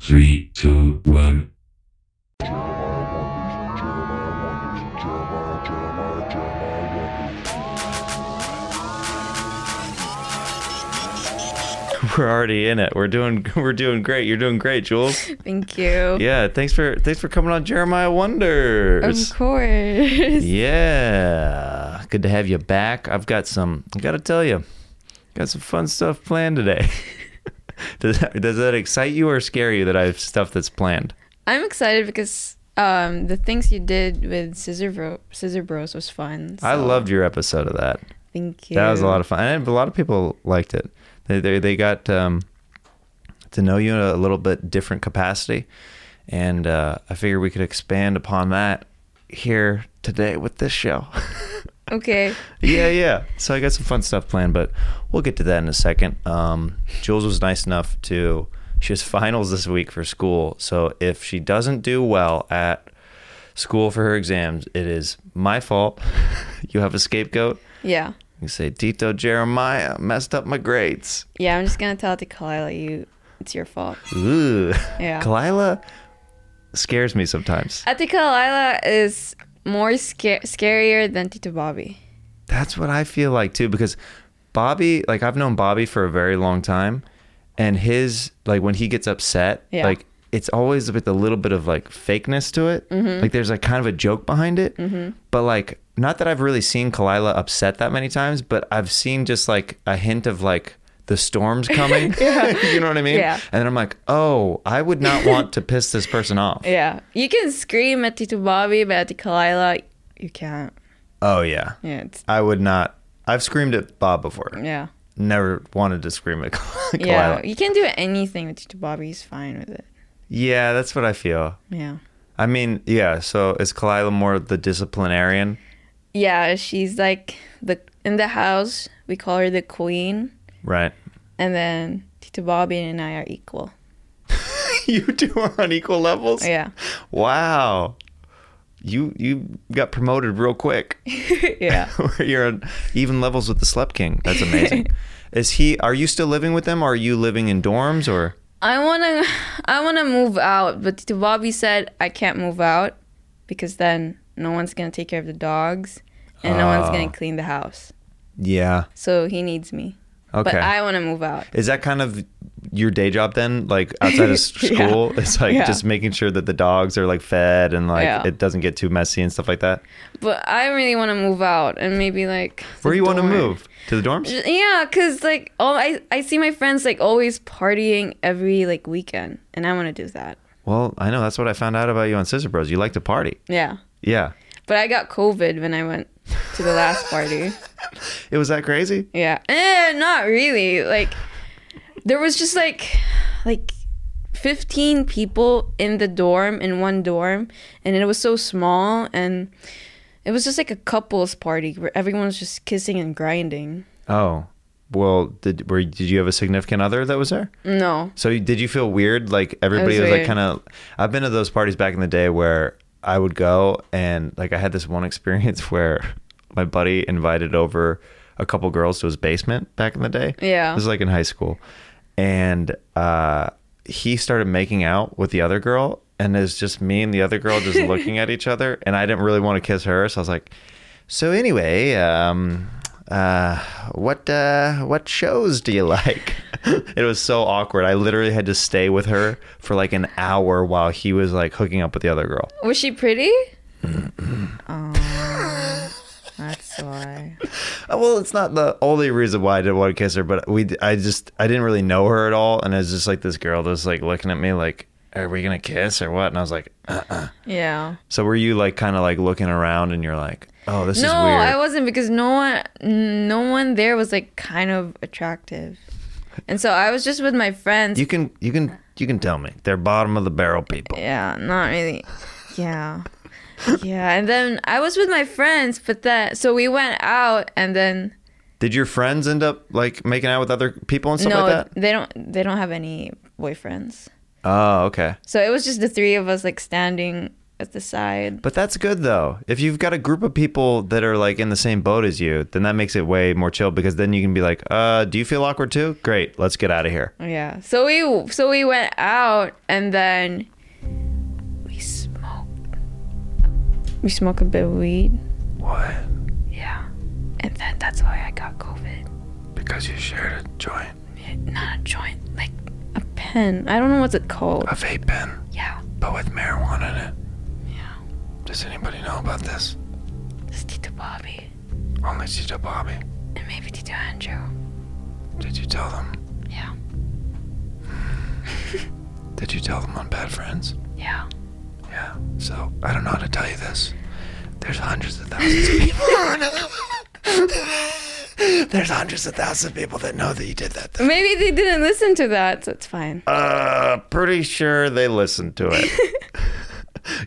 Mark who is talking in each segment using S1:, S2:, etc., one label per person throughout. S1: three, two, one.
S2: We're already in it. We're doing we're doing great. You're doing great, Jules.
S3: Thank you.
S2: Yeah, thanks for thanks for coming on Jeremiah Wonders.
S3: Of course.
S2: Yeah. Good to have you back. I've got some I gotta tell you, got some fun stuff planned today. does that does that excite you or scare you that I have stuff that's planned?
S3: I'm excited because um, the things you did with Scissor, Bro- Scissor Bros was fun.
S2: I
S3: so
S2: loved your episode of that.
S3: Thank you.
S2: That was a lot of fun. And a lot of people liked it. They they, they got um, to know you in a little bit different capacity, and uh, I figured we could expand upon that here today with this show.
S3: Okay.
S2: yeah, yeah. So I got some fun stuff planned, but we'll get to that in a second. Um, Jules was nice enough to. She has finals this week for school, so if she doesn't do well at school for her exams, it is my fault. you have a scapegoat.
S3: Yeah.
S2: You say Tito Jeremiah messed up my grades.
S3: Yeah, I'm just going to tell it to Kalila you. It's your fault.
S2: Ooh.
S3: Yeah.
S2: Kalila scares me sometimes.
S3: I think Kalila is more sca- scarier than Tito Bobby.
S2: That's what I feel like too because Bobby, like I've known Bobby for a very long time and his like when he gets upset,
S3: Yeah.
S2: like it's always with a little bit of like fakeness to it.
S3: Mm-hmm.
S2: Like there's like kind of a joke behind it. But like not that I've really seen Kalila upset that many times, but I've seen just like a hint of like the storm's coming. you know what I mean?
S3: Yeah.
S2: And then I'm like, oh, I would not want to piss this person off.
S3: Yeah. You can scream at Tito Bobby, but at Kalila, you can't.
S2: Oh yeah.
S3: Yeah. It's,
S2: I would not. I've screamed at Bob before.
S3: yeah.
S2: Never wanted to scream at Kalila.
S3: Yeah.
S2: Yeah.
S3: You can do anything with Tito Bobby. He's fine with it.
S2: that's what I feel.
S3: Yeah.
S2: I mean, yeah. So is Kalila more the disciplinarian?
S3: Yeah, she's like the in the house we call her the queen,
S2: Right.
S3: and then Tito Bobby and I are equal. Oh,
S2: you two are on equal levels.
S3: Yeah,
S2: Wow. You you got promoted real quick.
S3: yeah.
S2: Where you're on even levels with the Slept King. That's amazing. is he? Are you still living with them? Are you living in dorms or?
S3: I wanna, I wanna move out, but Tito Bobby said I can't move out because then no one's gonna take care of the dogs and no one's
S2: Ah.
S3: gonna clean the house.
S2: Yeah.
S3: So he needs me,
S2: Okay.
S3: but I wanna move out.
S2: Is that kind of your day job then? Like outside of s-
S3: Yeah.
S2: school, it's like
S3: Yeah.
S2: just making sure that the dogs are like fed and like
S3: Yeah.
S2: it doesn't get too messy and stuff like that.
S3: But I really wanna move out and maybe like
S2: Where
S3: the
S2: you want to
S3: dorm.
S2: move to the dorms?
S3: Yeah, cause like all I I see my friends like always partying every like weekend, and I want to do that.
S2: Well, I know that's what I found out about you on Scissor Bros. You like to party.
S3: Yeah,
S2: Yeah.
S3: but I got COVID when I went to the last party.
S2: It was that crazy.
S3: Yeah, eh, not really. Like there was just like like fifteen people in the dorm in one dorm, and it was so small, and it was just like a couples party where everyone was just kissing and grinding.
S2: Oh. Well, did were did you have a significant other that was there?
S3: No,
S2: So you- did you feel weird? Like everybody
S3: It
S2: was,
S3: was
S2: like
S3: weird.
S2: kind of. I've been to those parties back in the day where I would go and like I had this one experience where my buddy invited over a couple girls to his basement back in the day.
S3: Yeah.
S2: this was like in high school, and uh, he started making out with the other girl, and it's just me and the other girl just looking at each other, and I didn't really want to kiss her, so I was like, so anyway, um, uh, what uh, what shows do you like? it was so awkward. I literally had to stay with her for like an hour while he was like hooking up with the other girl.
S3: was she pretty? oh, that's why.
S2: Uh, Well, it's not the only reason why I didn't want to kiss her, but we I just I didn't really know her at all, and it was just like this girl that was like looking at me like, "Are we gonna kiss or what?" And I was like, "Uh."
S3: Yeah.
S2: "So were you like kind of like looking around and you're like, oh, this
S3: no,
S2: is weird."
S3: I wasn't because no one, no one there was like kind of attractive, and so I was just with my friends.
S2: you can you can you can tell me they're bottom of the barrel people.
S3: yeah, not really. Yeah, yeah. And then I was with my friends, but then so we went out, and then
S2: Did your friends end up like making out with other people and stuff
S3: no,
S2: like that?
S3: they don't, they don't have any boyfriends.
S2: Oh, okay.
S3: So it was just the three of us like standing at the side.
S2: But that's good though. If you've got a group of people that are like in the same boat as you, then that makes it way more chill because then you can be like, uh, do you feel awkward too? Great, let's get out of here.
S3: Yeah. So we so we went out and then we smoked. We smoked a bit of weed.
S2: What?
S3: Yeah. And then that's why I got COVID.
S2: Because you shared a joint,
S3: Not a joint, like a pen. I don't know what's it called.
S2: vape pen,
S3: Yeah.
S2: but with marijuana in it.
S3: Yeah.
S2: Does anybody know about this?
S3: It's Tito Bobby
S2: Only Tito Bobby.
S3: and maybe Tito Andrew.
S2: Did you tell them?
S3: Yeah.
S2: Did you tell them on Bad Friends?
S3: Yeah.
S2: Yeah. So I don't know how to tell you this. There's hundreds of thousands of people. There's hundreds of thousands of people that know that you did that. Thing.
S3: Maybe they didn't listen to that, so it's fine.
S2: Uh, pretty sure they listened to it.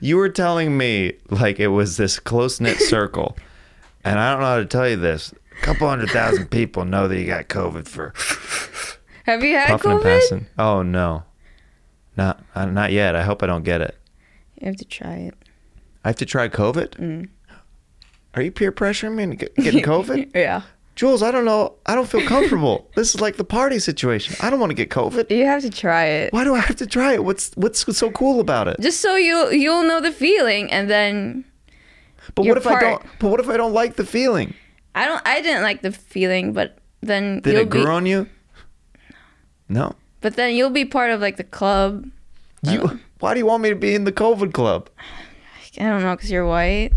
S2: you were telling me like it was this close knit circle, and I don't know how to tell you this. A couple hundred thousand people know that you got COVID for
S3: Have you had
S2: puffing and
S3: COVID?
S2: passing. Oh no, not uh, not yet. I hope I don't get it.
S3: You have to try it.
S2: I have to try COVID. Are you peer pressuring me into get- getting COVID?
S3: Yeah.
S2: Jules, I don't know. I don't feel comfortable. this is like the party situation. I don't want to get COVID.
S3: You have to try it.
S2: Why do I have to try it? What's what's so cool about it?
S3: Just so you you'll know the feeling and then
S2: But
S3: your
S2: what if
S3: part.
S2: I don't? But what if I don't like the feeling?
S3: I don't I didn't like the feeling, but then
S2: Did
S3: you'll
S2: it grow
S3: be
S2: on you? No.
S3: but then you'll be part of like the club.
S2: You. Why do you want me to be in the COVID club?
S3: I don't know cuz you're white.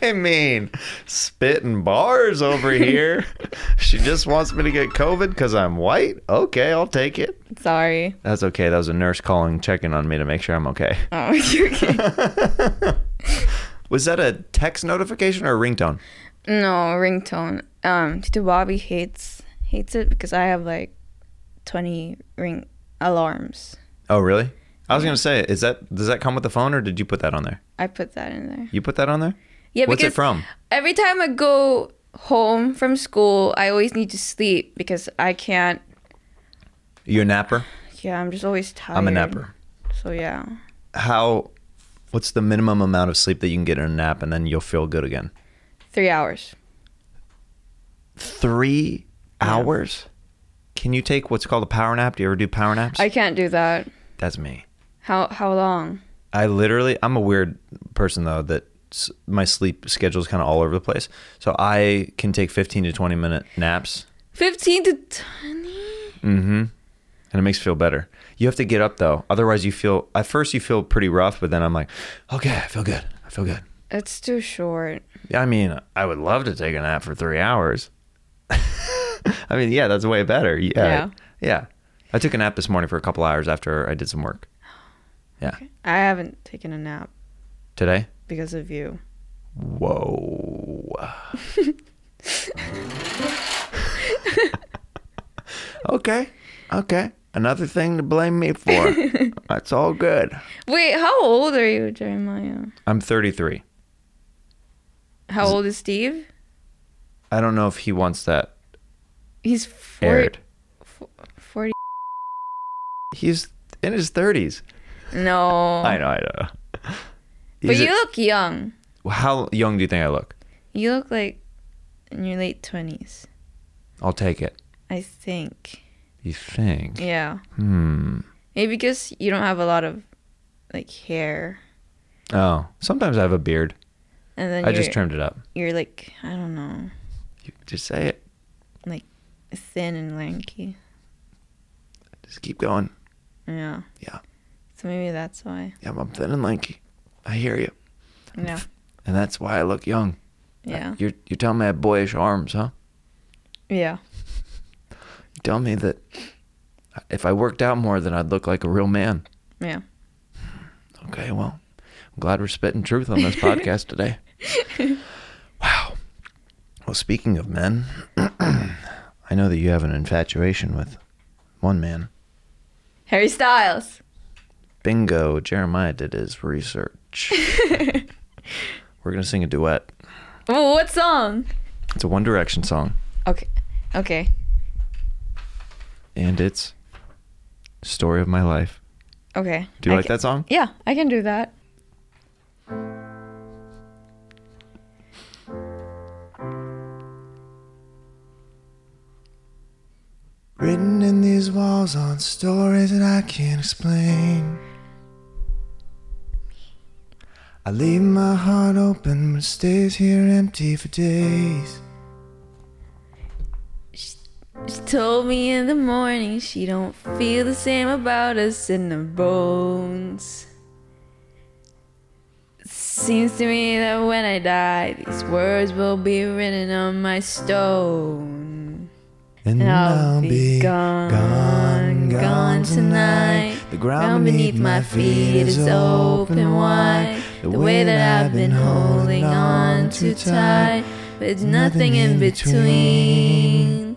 S2: I mean, spitting bars over here. she just wants me to get COVID because I'm white. Okay, I'll take it.
S3: Sorry.
S2: That's okay. That was a nurse calling, checking on me to make sure I'm okay.
S3: Oh, you're kidding.
S2: Was that a text notification or a ringtone?
S3: no, ringtone. Um Tito Bobby hates hates it because I have like 20 ring alarms.
S2: Oh, really? I was gonna say, is that does that come with the phone or did you put that on there?
S3: I put that in there.
S2: You put that on there?
S3: Yeah,
S2: What's it
S3: because-
S2: from?
S3: every time I go home from school, I always need to sleep because I can't.
S2: You're a napper.
S3: Yeah, I'm just always tired.
S2: I'm a napper.
S3: So yeah,
S2: How? What's the minimum amount of sleep that you can get in a nap and then you'll feel good again?
S3: three hours.
S2: Three hours. Can you take what's called a power nap? Do you ever do power naps?
S3: I can't do that.
S2: That's me.
S3: How how long?
S2: I literally, I'm a weird person though that s- my sleep schedule is kind of all over the place. So I can take 15 to 20 minute naps. Mm-hmm.
S3: Fifteen to twenty.
S2: and it makes you feel better. You have to get up though, otherwise you feel. At first you feel pretty rough, but then I'm like, okay, I feel good. I feel good.
S3: It's too short.
S2: I mean, I would love to take a nap for three hours. I mean, yeah, that's way better. Yeah,
S3: Yeah.
S2: yeah. I took a nap this morning for a couple hours after I did some work
S3: I haven't taken a nap
S2: today.
S3: because of you.
S2: Whoa. okay. Okay. Another thing to blame me for. That's all good.
S3: Wait, how old are you, Jeremiah?
S2: I'm 33.
S3: How old is Steve?
S2: I don't know if he wants that
S3: He's forty.
S2: aired.
S3: Forty.
S2: He's in his 30s.
S3: No.
S2: I know, I know.
S3: Oh. But
S2: Is
S3: you
S2: it-
S3: look young.
S2: how young do you think I look?
S3: You look like in your late twenties.
S2: I'll take it.
S3: I think.
S2: You think?
S3: Yeah.
S2: Hmm.
S3: Maybe because you don't have a lot of like hair,
S2: Oh, sometimes I have a beard.
S3: and then
S2: I
S3: you're,
S2: just trimmed it up.
S3: you're like I don't know,
S2: You just say it.
S3: thin and lanky.
S2: Just keep going.
S3: Yeah.
S2: Yeah.
S3: So maybe that's why.
S2: Yeah, I'm thin and lanky. I hear you.
S3: Yeah.
S2: And that's why I look young.
S3: Yeah.
S2: You're, you're telling me I have boyish arms, huh?
S3: Yeah.
S2: You're telling me that if I worked out more, then I'd look like a real man.
S3: Yeah.
S2: Okay, well, I'm glad we're spitting truth on this podcast today. Wow. Well, speaking of men, I know that you have an infatuation with one man.
S3: Harry Styles.
S2: Bingo, Jeremiah did his research. we're going to sing a duet.
S3: Oh, what song?
S2: It's a One Direction song,
S3: Okay. Okay.
S2: and it's Story of My Life
S3: Okay.
S2: Do you
S3: I
S2: like
S3: ca-
S2: that song?
S3: Yeah, I can do that.
S2: Written in these walls on stories that I can't explain. I leave my heart open, but it stays here empty for days.
S3: She told me in the morning she don't feel the same about us in her bones. Seems to me that when I die, these words will be written on my stone.
S2: And,
S3: And I'll, be, gone, gone, tonight.
S2: The ground beneath my feet is open wide.
S3: The way that I've been holding on too tight, but it's nothing in between.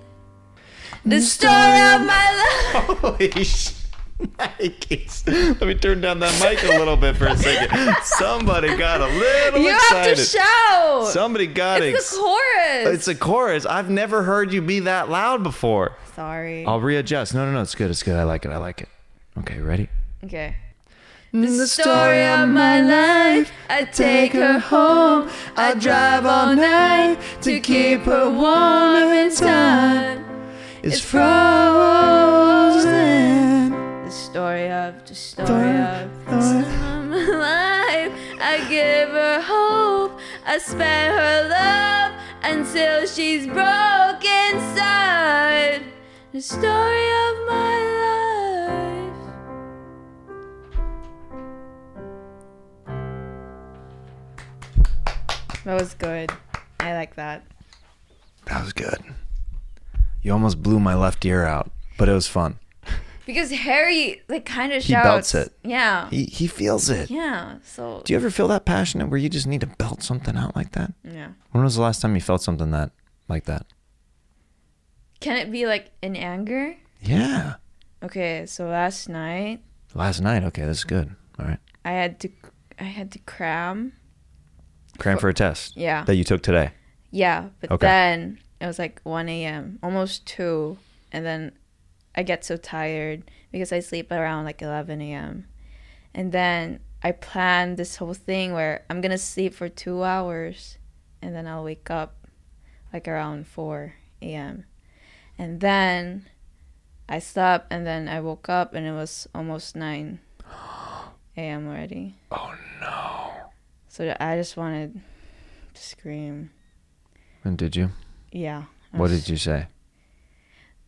S3: The story of my life.
S2: Holy sh- Nikes. Let me turn down that mic a little bit for a second. Somebody got a little
S3: You
S2: excited.
S3: have to shout.
S2: Somebody got
S3: it's
S2: ex-
S3: the chorus.
S2: It's a chorus. I've never heard you be that loud before.
S3: Sorry.
S2: I'll readjust. No, no, no. It's good. It's good. I like it. I like it. Okay, ready?
S3: okay. The story of my life. I take her home. I drive all night to keep her warm in time.
S2: is
S3: It's frozen. The story of the story of the story of my life. I give her hope. I spare her love until she's broke inside. The story of my life. That was good. I like that.
S2: That was good. You almost blew my left ear out, but it was fun.
S3: Because Harry like kind of shouts.
S2: belts it.
S3: Yeah.
S2: He, he feels it.
S3: yeah. So
S2: Do you ever feel that passionate where you just need to belt something out like that?
S3: yeah.
S2: When was the last time you felt something that like that?
S3: Can it be like in anger?
S2: Yeah.
S3: Okay, so last night
S2: Last night. Okay, that's good. All right.
S3: I had to I had to cram.
S2: Cram for a test
S3: Yeah.
S2: that you took today.
S3: Yeah, but
S2: Okay.
S3: then it was like 1 a.m., almost 2, and then I get so tired because I sleep around like 11 a.m. And then I plan this whole thing where I'm going to sleep for 2 hours and then I'll wake up like around 4 a.m. And then I slept and then I woke up and it was almost 9 a.m. already. Oh no. So I just wanted to scream.
S2: And did you?
S3: Yeah.
S2: What did you say?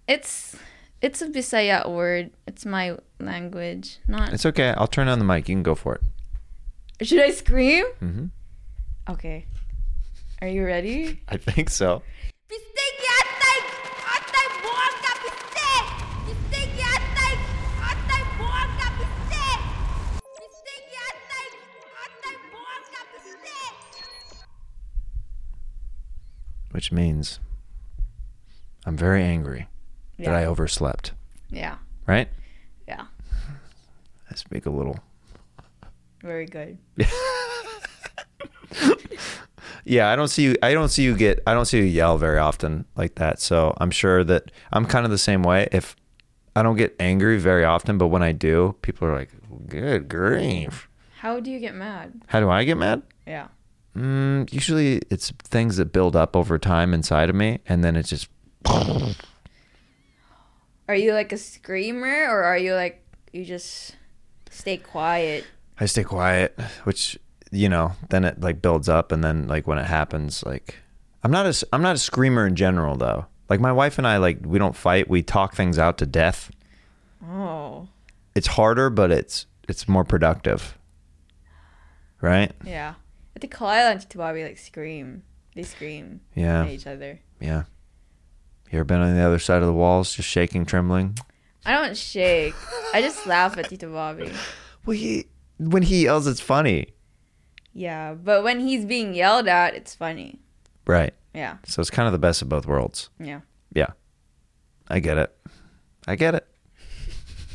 S3: It's it's a Bisaya word. It's my language. Not
S2: It's okay. I'll turn on the mic. You can go for it.
S3: should I scream?
S2: Mhm.
S3: Okay. Are you ready?
S2: I think so.
S4: Pisteki atay, atay buwan ka piste. Pisteki atay, atay buwan ka piste. Pisteki atay, atay buwan ka piste.
S2: Which means I'm very angry that
S3: Yeah.
S2: I overslept.
S3: Yeah.
S2: Right?
S3: Yeah.
S2: I speak a little.
S3: Very good.
S2: Yeah, I don't see you. I don't see you get. I don't see you yell very often like that. So I'm sure that I'm kind of the same way. If I don't get angry very often, but when I do, people are like, "Good grief!"
S3: How do you get mad?
S2: How do I get mad?
S3: Yeah.
S2: Mm, usually, it's things that build up over time inside of me, and then it's just
S3: Are you like a screamer or are you like you just stay quiet?
S2: I stay quiet, which you know, then it like builds up, and then like when it happens, like I'm not a I'm not a screamer in general though. Like my wife and I, like we don't fight. We talk things out to death.
S3: Oh.
S2: It's harder, but it's it's more productive, right?
S3: Yeah. At the Kalila and Tito Bobby like scream. They scream at
S2: Yeah,
S3: each other.
S2: yeah. You ever been on the other side of the walls, just shaking, trembling?
S3: I don't shake. I just laugh at Tito Bobby.
S2: Well, he when he yells, it's funny,
S3: Yeah, but when he's being yelled at, it's funny.
S2: right?
S3: Yeah.
S2: So it's kind of the best of both worlds.
S3: Yeah.
S2: Yeah. I get it. I get it.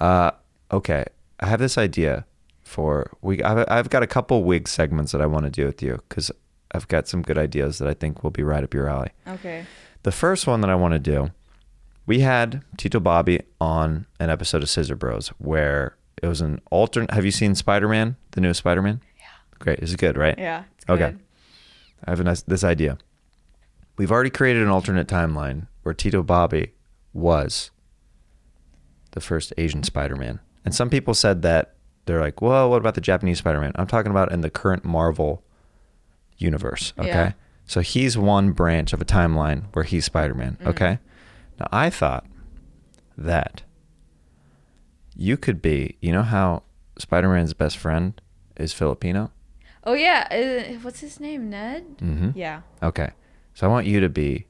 S2: uh, okay. I have this idea for we I've, I've got a couple wig segments that I want to do with you cuz I've got some good ideas that I think will be right up your alley.
S3: Okay.
S2: The first one that I want to do we had Tito Bobby on an episode of Scissor Bros where it was an alternate. Have you seen Spider Man, the newest Spider Man? Yeah. Great. It's good, right?
S3: Yeah. It's
S2: Okay.
S3: good.
S2: I have a nice, this idea. We've already created an alternate timeline where Tito Bobby was the first Asian Spider-Man. And some people said that they're like, "Well, what about the Japanese Spider-Man?" I'm talking about in the current Marvel universe, okay?
S3: Yeah.
S2: So he's one branch of a timeline where he's Spider-Man, okay? Now I thought that you could be, you know how Spider-Man's best friend is Filipino?
S3: Oh yeah, uh, what's his name? Ned.
S2: Mhm.
S3: Yeah.
S2: Okay. So I want you to be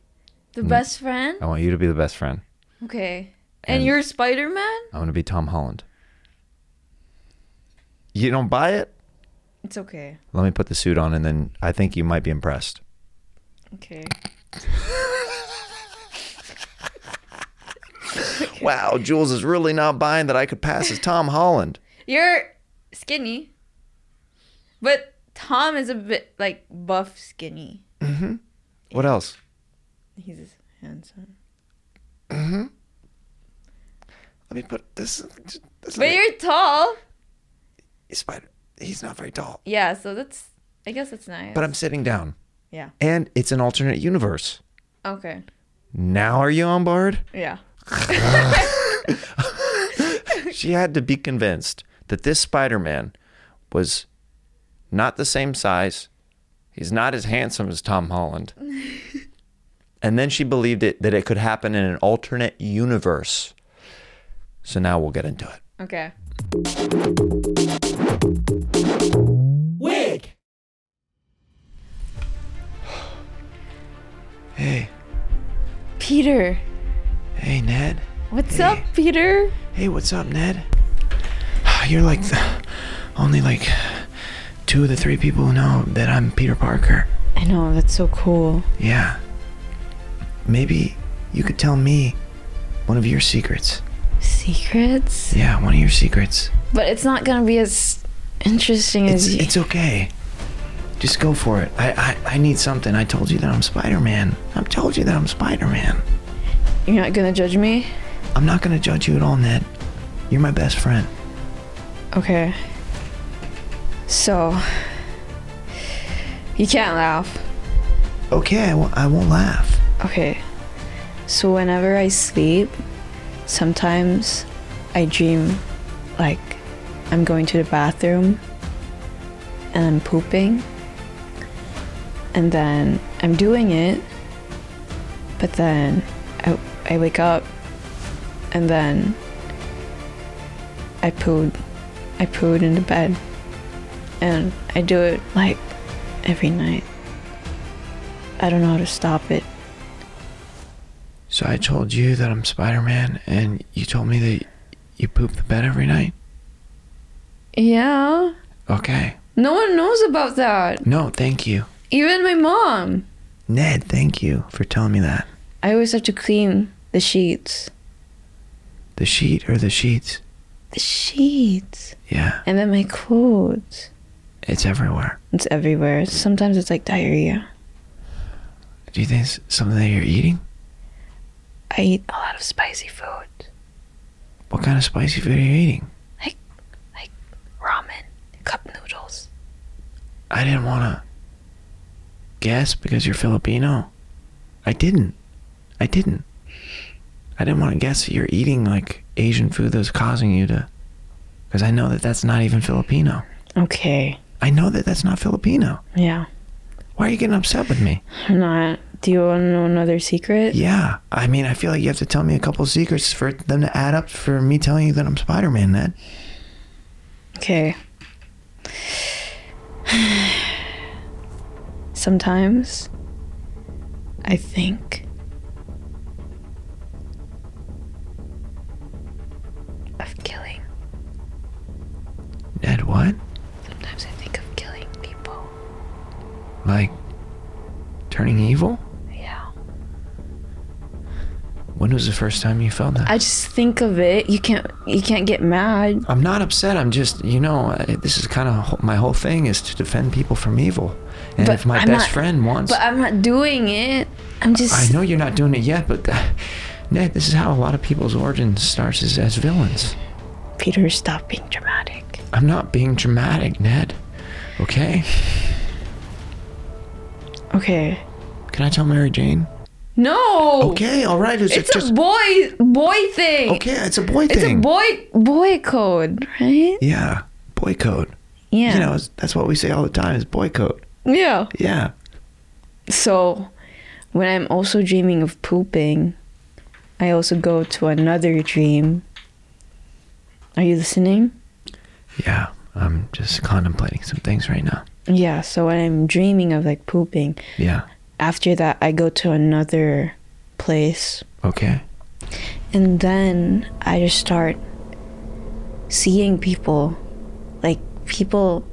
S3: The
S2: Mm-hmm.
S3: best friend.
S2: I want you to be the best friend.
S3: Okay. And,
S2: And-
S3: you're Spider Man.
S2: I want to be Tom Holland. You don't buy it?
S3: It's okay.
S2: Let me put the suit on and then I think you might be impressed.
S3: Okay.
S2: Wow, Jules is really not buying that I could pass as Tom Holland.
S3: You're skinny. But Tom is a bit like buff skinny.
S2: Mm-hmm. What else?
S3: He's handsome. Mm-hmm.
S2: Let me put this. this
S3: But you're tall.
S2: spider. He's not very tall.
S3: Yeah, so that's I guess that's nice.
S2: But I'm sitting down.
S3: Yeah.
S2: And it's an alternate universe.
S3: Okay.
S2: Now are you on board?
S3: Yeah.
S2: she had to be convinced that this Spider-Man was not the same size. He's not as handsome as Tom Holland. and then she believed it that it could happen in an alternate universe. So now we'll get into it.
S3: Okay.
S2: Hey,
S3: Peter.
S2: hey Ned.
S3: What's up, Peter?
S2: Hey, what's up, Ned? You're like the, only like two of the three people who know that I'm Peter Parker.
S3: I know, that's so cool.
S2: Yeah. Maybe you could tell me one of your secrets.
S3: Secrets?
S2: Yeah, one of your secrets.
S3: But it's not gonna be as interesting
S2: It's
S3: as you.
S2: it's okay. Just go for it. I, I I need something. I told you that I'm Spider Man. I've told you that I'm Spider Man.
S3: You're not gonna judge me?
S2: I'm not gonna judge you at all, Ned. You're my best friend.
S3: Okay. So you can't laugh.
S2: Okay, I w- I won't laugh.
S3: Okay. So whenever I sleep, sometimes I dream like I'm going to the bathroom and I'm pooping. And then I'm doing it. But then I, I wake up and then I pooed. I pooed in the bed. And I do it like every night. I don't know how to stop it.
S2: So I told you that I'm Spider Man, and you told me that you poop the bed every night.
S3: Yeah.
S2: Okay.
S3: No one knows about that.
S2: No, thank you,
S3: Even my mom.
S2: Ned. Thank you for telling me that.
S3: I always have to clean the sheets.
S2: The sheet or the sheets.
S3: The sheets.
S2: Yeah,
S3: And then my clothes.
S2: it's everywhere.
S3: It's everywhere. Sometimes it's like diarrhea.
S2: Do you think it's something that you're eating?
S3: I eat a lot of spicy food,
S2: What kind of spicy food are you eating?
S3: like ramen, cup noodles.
S2: I didn't want to guess because you're Filipino. I didn't. I didn't. I didn't want to guess that you're eating like Asian food that's causing you to. Because I know that that's not even Filipino.
S3: Okay.
S2: I know that that's not Filipino.
S3: Yeah.
S2: Why are you getting upset with me?
S3: I'm not. Do you want to know another secret?
S2: Yeah, I mean, I feel like you have to tell me a couple secrets for them to add up for me telling you that I'm Spider Man, Ned.
S3: Okay. Sometimes I think of killing.
S2: Ned, what?
S3: Sometimes I think of killing people.
S2: Like, turning evil?
S3: Yeah.
S2: When was the first time you felt that?
S3: I just think of it. You can't you can't get mad.
S2: I'm not upset. I'm just, you know, I, this is kind of my whole thing is to defend people from evil. And
S3: But
S2: if my
S3: I'm
S2: best
S3: not-
S2: friend wants,
S3: But I'm not doing it. I'm just
S2: I know you're not doing it yet, but Ned, this is how a lot of people's origin starts is as villains.
S5: Peter, stop being dramatic.
S2: I'm not being dramatic, Ned. Okay?
S5: Okay.
S2: Can I tell Mary Jane?
S5: No.
S2: Okay, all right. It's,
S5: It's
S2: just
S5: a boy boy thing.
S2: okay. It's a boy
S5: It's a
S2: thing.
S5: boy boy code, right?
S2: yeah, boy code.
S5: Yeah.
S2: You know, it's- that's what we say all the time is boy code.
S5: yeah.
S2: Yeah.
S5: So, when I'm also dreaming of pooping, I also go to another dream. Are you listening?
S2: Yeah. I'm just contemplating some things right now.
S5: Yeah, so when I'm dreaming of like pooping,
S2: Yeah.
S5: after that I go to another place
S2: Okay.
S5: and then I just start seeing people like people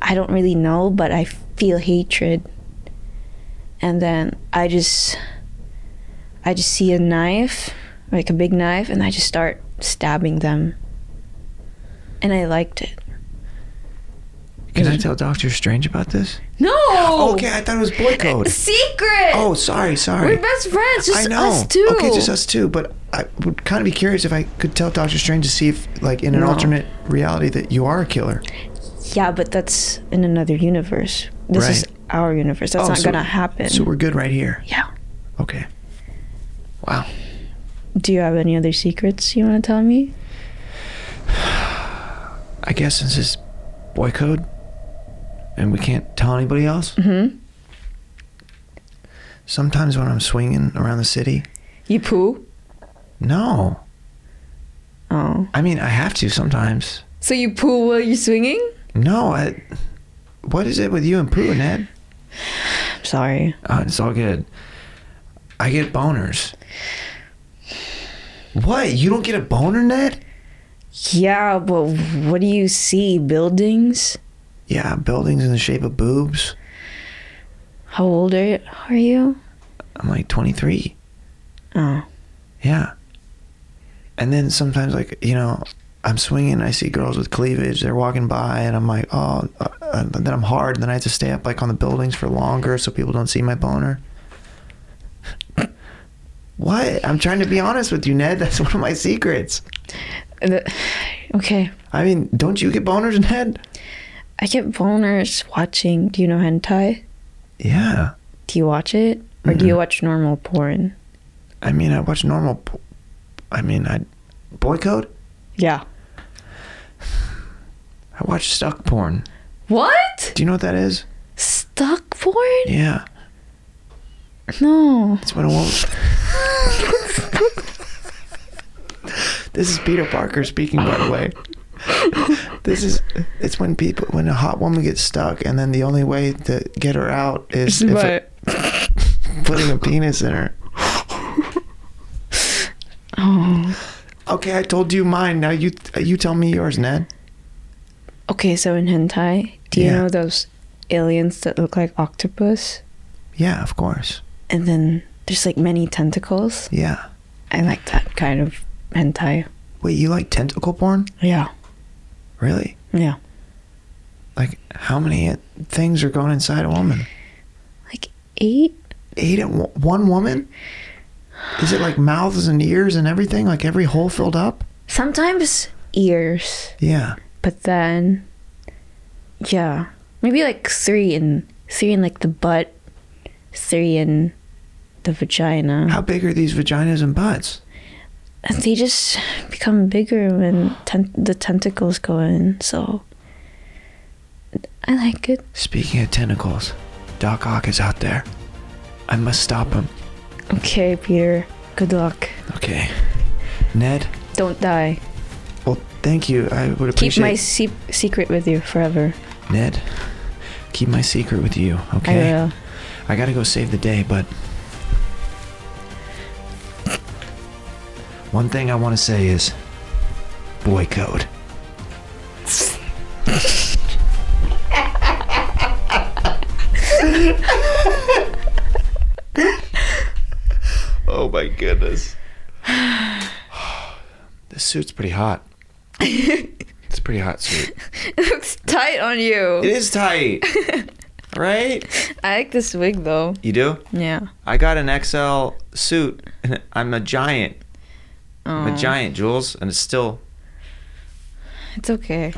S5: I don't really know, but I feel hatred. And then I just I just see a knife, like a big knife, and I just start stabbing them. And I liked it.
S2: Can I tell Doctor Strange about this?
S5: No. Oh.
S2: Okay, I thought it was boy code.
S5: Secret.
S2: Oh, sorry, sorry.
S5: We're best friends,
S2: I
S5: just
S2: know.
S5: us two.
S2: Okay, just us two. But I would kind of be curious if I could tell Doctor Strange to see if, like, in an
S5: No.
S2: alternate reality, that you are a killer.
S5: Yeah, but that's in another universe. This is
S2: Right.
S5: our universe. That's
S2: Oh,
S5: not
S2: so-
S5: gonna happen.
S2: So we're good right here.
S5: yeah.
S2: Okay. Wow.
S5: Do you have any other secrets you want to tell me?
S2: I guess since it's boy code, and we can't tell anybody else. Mm-hmm. Sometimes when I'm swinging around the city,
S5: You poo.
S2: no.
S5: Oh.
S2: I mean, I have to sometimes.
S5: So you poo while you're swinging?
S2: No, I. What is it with you and poo, Ned?
S5: I'm sorry.
S2: Uh, it's all good. I get boners. What? You don't get a boner, Ned?
S5: Yeah, but what do you see? Buildings?
S2: Yeah, buildings in the shape of boobs.
S5: How old are are you?
S2: I'm like 23.
S5: Oh.
S2: Yeah. And then sometimes, like, you know, I'm swinging, I see girls with cleavage. They're walking by, and I'm like, oh, uh, uh, and then I'm hard, and then I have to stay up, like, on the buildings for longer so people don't see my boner. what? I'm trying to be honest with you, Ned. That's one of my secrets.
S5: The- Okay.
S2: I mean, don't you get boners, Ned?
S5: I get boners watching. Do you know hentai?
S2: Yeah.
S5: Do you watch it? Or do you watch normal porn?
S2: I mean, I watch normal. po- I mean, I boy code.
S5: Yeah.
S2: I watch stuck porn.
S5: What?
S2: Do you know what that is?
S5: Stuck porn?
S2: Yeah,
S5: No.
S2: it's when a woman. this is Peter Parker speaking, by the way. This is it's when people when a hot woman gets stuck, and then the only way to get her out is if
S5: But
S2: putting a penis in her.
S5: oh.
S2: Okay, I told you mine. Now you you tell me yours, Ned.
S5: Okay, so in hentai, do you
S2: Yeah.
S5: know those aliens that look like octopus?
S2: Yeah, of course.
S5: And then there's like many tentacles.
S2: Yeah.
S5: I like that kind of hentai.
S2: Wait, you like tentacle porn?
S5: Yeah.
S2: Really?
S5: Yeah.
S2: Like how many things are going inside a woman?
S5: Like eight?
S2: ate at wo- one woman? Is it like mouths and ears and everything? Like every hole filled up?
S5: Sometimes ears.
S2: Yeah.
S5: But then yeah. Maybe like three in three in like the butt, three in the vagina.
S2: How big are these vaginas and butts?
S5: And they just become bigger when ten- the tentacles go in. So I like it.
S2: Speaking of tentacles, Doc Ock is out there. I must stop him.
S5: Okay, Peter. Good luck.
S2: Okay. Ned,
S5: Don't die.
S2: well, thank you. I would
S5: Keep my
S2: appreciate
S5: se- secret with you forever.
S2: Ned, keep my secret with you, okay?
S5: I will.
S2: I gotta go save the day, but. One thing I wanna say is boy code.
S3: Oh my goodness.
S2: This suit's pretty hot. it's a pretty hot suit.
S5: It's tight on you.
S3: It is tight. right?
S5: I like this wig though.
S3: You do?
S5: Yeah.
S3: I got an XL suit and I'm a giant.
S2: The giant jewels, and it's still.
S3: It's okay.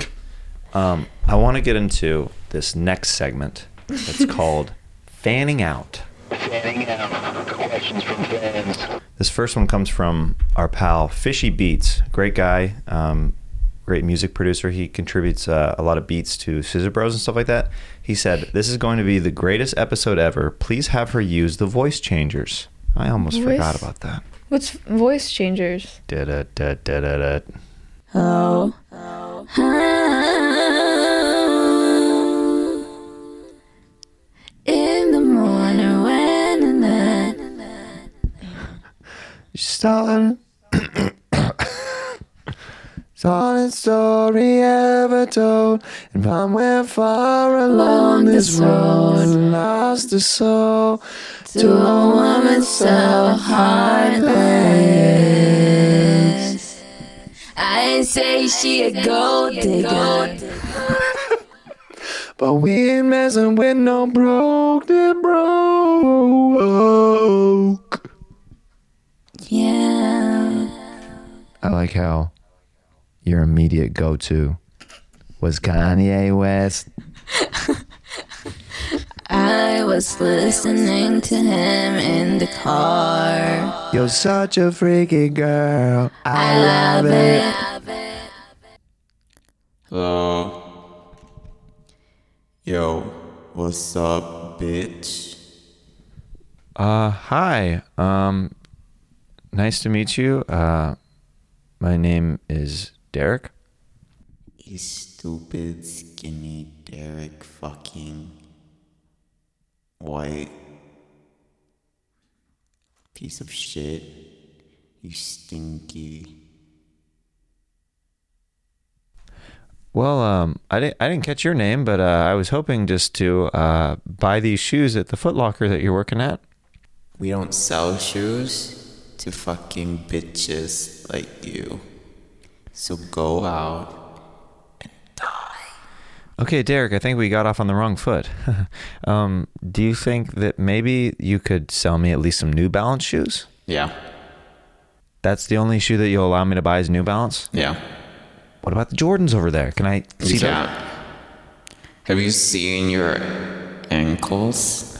S2: Um, I want to get into this next segment. It's called fanning out.
S6: Fanning out. Questions from fans.
S2: This first one comes from our pal Fishy Beats. Great guy, um, great music producer. He contributes uh, a lot of beats to Scissor Bros and stuff like that. He said, "This is going to be the greatest episode ever. Please have her use the voice changers." I almost
S3: Voice-
S2: forgot about that.
S3: What's voice changers?
S2: Da da da da da da.
S4: In the morning when and then
S7: Stalin. Stallin's story ever told. And somewhere far along this road, lost a soul to a woman so
S4: heartless. I ain't say she a gold digger.
S7: But we ain't messing with no broke, that broke.
S4: Yeah.
S2: I like how your immediate go-to was Kanye West.
S4: I was listening to him in the car.
S7: You're such a freaky girl. I love it.
S8: Hello. Uh, Yo, what's up, bitch?
S2: Uh, hi. Um, nice to meet you. Uh, my name is Derek.
S8: You stupid, skinny Derek fucking white piece of shit. You stinky.
S2: Well, um, I didn't, I didn't catch your name, but uh, I was hoping just to uh, buy these shoes at the Foot Locker that you're working at.
S8: We don't sell shoes to fucking bitches like you. So go out.
S2: Okay, Derek, I think we got off on the wrong foot. um, do you think that maybe you could sell me at least some New Balance shoes?
S8: Yeah,
S2: That's the only shoe that you'll allow me to buy is New Balance.
S8: yeah.
S2: What about the Jordans over there? Can I see that?
S8: Yeah. Have you seen your ankles?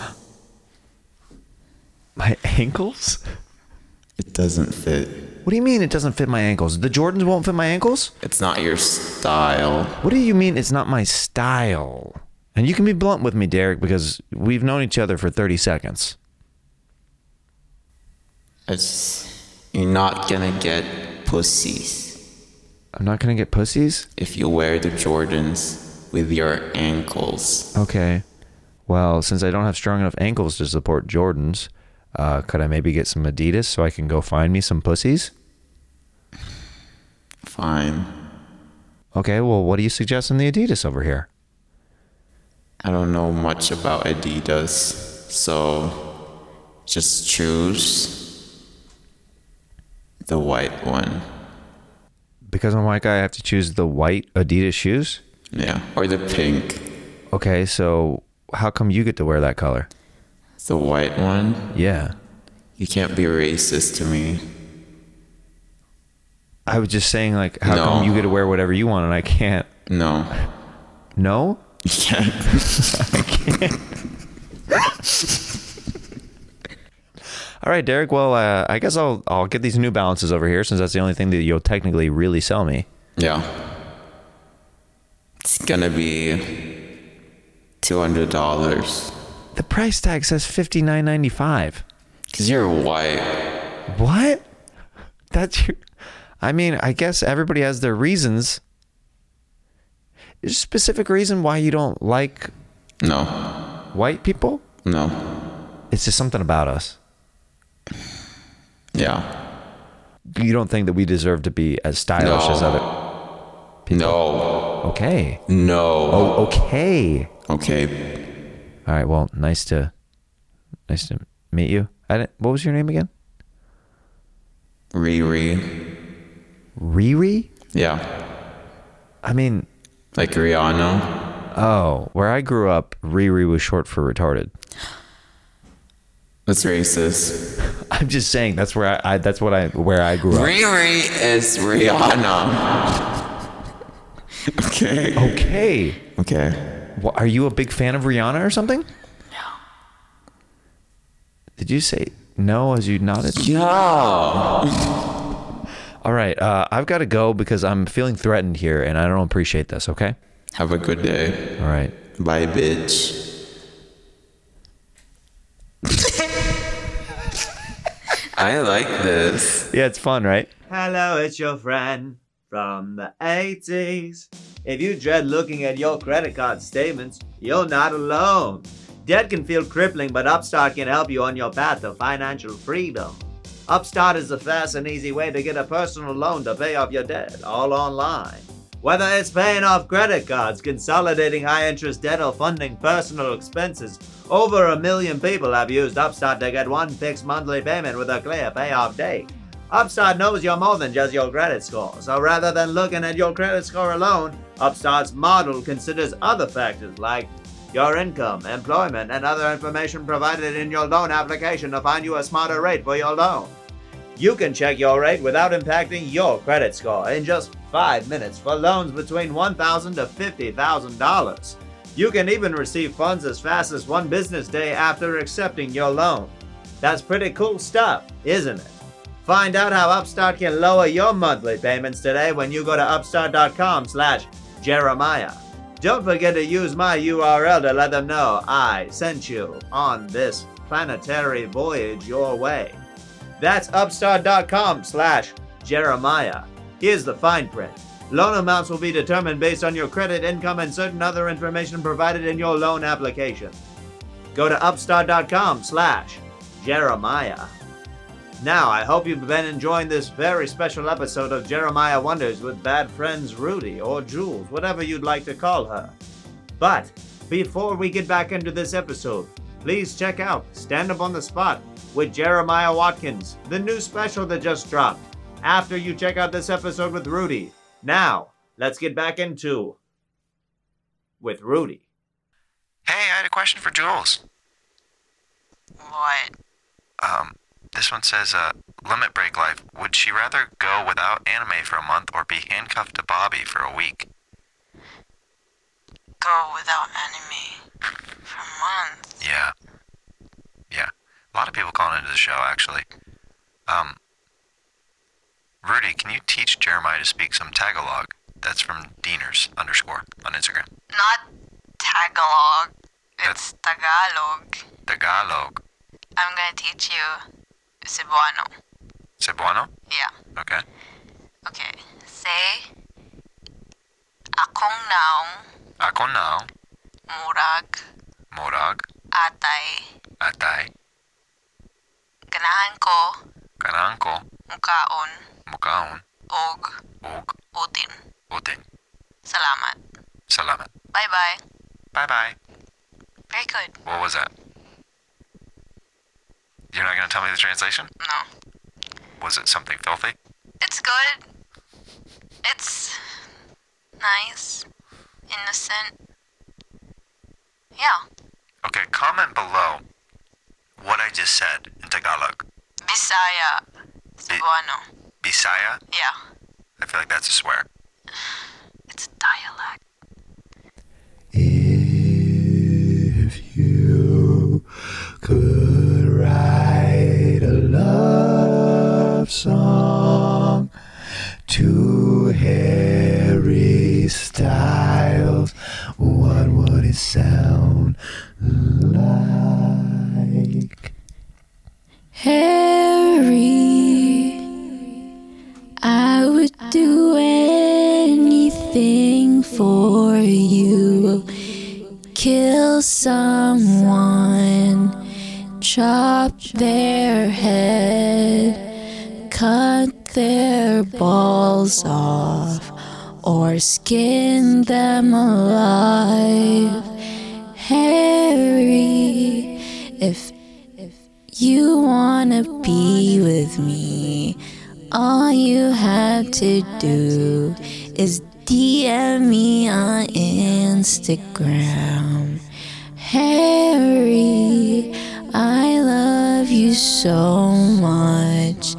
S2: My ankles?
S8: It doesn't fit.
S2: What do you mean it doesn't fit my ankles? The Jordans won't fit my ankles?
S8: It's not your style.
S2: What do you mean it's not my style? And you can be blunt with me, Derek, because we've known each other for 30 seconds.
S8: It's you're not gonna get pussies
S2: I'm not going to get pussies?
S8: if you wear the Jordans with your ankles.
S2: Okay. Well, since I don't have strong enough ankles to support Jordans, uh, could I maybe get some Adidas so I can go find me some pussies?
S8: Fine.
S2: Okay, well, what do you suggest in the Adidas over here?
S8: I don't know much about Adidas, so just choose the white one.
S2: Because I'm a white guy, I have to choose the white Adidas shoes?
S8: Yeah, or the pink.
S2: Okay, so how come you get to wear that color?
S8: The white one.
S2: Yeah.
S8: You can't be racist to me.
S2: I was just saying, like, how
S8: No.
S2: come you get to wear whatever you want and I can't?
S8: No.
S2: No?
S8: You can't.
S2: All right, Derek. Well, uh, I guess I'll I'll get these New Balances over here since that's the only thing that you'll technically really sell me.
S8: yeah. It's gonna be two hundred dollars.
S2: The price tag says fifty nine ninety five.
S8: Cause you're white.
S2: What? That's your. I mean, I guess everybody has their reasons. Is there a specific reason why you don't like
S8: No.
S2: white people?
S8: No.
S2: It's just something about us.
S8: Yeah.
S2: You don't think that we deserve to be as stylish as
S8: No.
S2: other.
S8: No.
S2: Okay.
S8: No.
S2: Oh, okay.
S8: Okay.
S2: All right. Well, nice to, nice to meet you. I didn't, what was your name again?
S8: Riri.
S2: Riri?
S8: Yeah.
S2: I mean,
S8: Like Rihanna.
S2: oh, where I grew up, Riri was short for retarded.
S8: That's racist.
S2: I'm just saying that's where I, I that's what I where I grew up.
S8: Riri is Rihanna. okay.
S2: Okay.
S8: Okay.
S2: Wha- are you a big fan of Rihanna or something? No. Did you say no as you nodded?
S8: Yo.
S2: All right. Uh, I've got to go because I'm feeling threatened here and I don't appreciate this, okay?
S8: Have a good day.
S2: All right.
S8: Bye, bitch. I like this.
S2: Yeah, it's fun, right?
S9: Hello, it's your friend from the 80s. If you dread looking at your credit card statements, you're not alone. Debt can feel crippling, but Upstart can help you on your path to financial freedom. Upstart is a fast and easy way to get a personal loan to pay off your debt, all online. Whether it's paying off credit cards, consolidating high interest debt, or funding personal expenses, over a million people have used Upstart to get one fixed monthly payment with a clear payoff date. Upstart knows you're more than just your credit score, so rather than looking at your credit score alone, Upstart's model considers other factors like your income, employment, and other information provided in your loan application to find you a smarter rate for your loan. You can check your rate without impacting your credit score in just five minutes for loans between $1,000 to $50,000. You can even receive funds as fast as one business day after accepting your loan. That's pretty cool stuff, isn't it? Find out how Upstart can lower your monthly payments today when you go to upstart.com slash Jeremiah. Don't forget to use my URL to let them know I sent you on this planetary voyage your way. That's upstart.com slash Jeremiah. Here's the fine print. Loan amounts will be determined based on your credit, income, and certain other information provided in your loan application. Go to upstart.com slash Jeremiah. Now, I hope you've been enjoying this very special episode of Jeremiah Wonders with bad friends Rudy or Jules, whatever you'd like to call her. But before we get back into this episode, please check out Stand Up on the Spot with Jeremiah Watkins, the new special that just dropped. After you check out this episode with Rudy. Now, let's get back into with Rudy.
S2: Hey, I had a question for Jules.
S5: What?
S2: Um, this one says, uh, limit break life. Would she rather go without anime for a month or be handcuffed to Bobby for a week?
S5: Go without anime for months.
S2: Yeah. Yeah. A lot of people calling into the show, actually. Um, Rudy, can you teach Jeremiah to speak some Tagalog? That's from Deaners underscore on Instagram.
S5: Not Tagalog. It's Tagalog.
S2: Tagalog.
S5: I'm gonna teach you Cebuano.
S2: Cebuano?
S5: Yeah.
S2: Okay.
S5: Okay. Say akong naong
S2: Ako now.
S5: murag
S2: Morag.
S5: atay
S2: Atay.
S5: ganahan ko
S2: Kanangko.
S5: mukaon
S2: Mukaon.
S5: og
S2: Og.
S5: utin.
S2: Utin.
S5: Salamat.
S2: Salamat.
S5: Bye bye.
S2: Bye bye.
S5: Very good.
S2: What was that? You're not going to tell me the translation?
S5: No.
S2: Was it something filthy?
S5: It's good. It's nice. Innocent. Yeah.
S2: Okay, comment below what I just said in Tagalog.
S5: Bisaya. Cebuano.
S2: Bisaya?
S5: Oh, Yeah.
S2: I feel like that's a swear.
S5: It's a dialect.
S7: If you could write a love song to Harry Styles, what would it sound like?
S4: Harry, I would do anything for you. Kill someone, chop their head, cut their balls off, or skin them alive. Harry, if you wanna be with me. All you have to do is DM me on Instagram. Harry, I love you so much.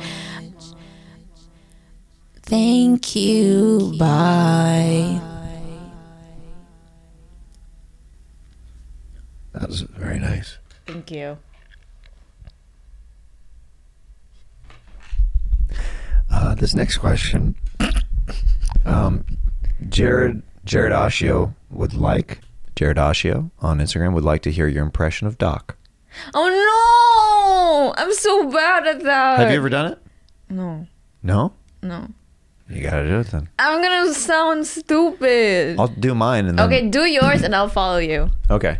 S4: Thank you. Bye.
S10: That was very nice.
S3: Thank you.
S10: Uh, this next question, um, Jared Jared Ashio would like
S2: Jared Ashio on Instagram would like to hear your impression of Doc.
S3: Oh no! I'm so bad at that.
S2: Have you ever done it?
S3: No,
S2: No.
S3: no.
S2: You gotta do it then.
S3: I'm gonna sound stupid.
S2: I'll do mine and then.
S3: Okay, do yours and I'll follow you.
S2: Okay.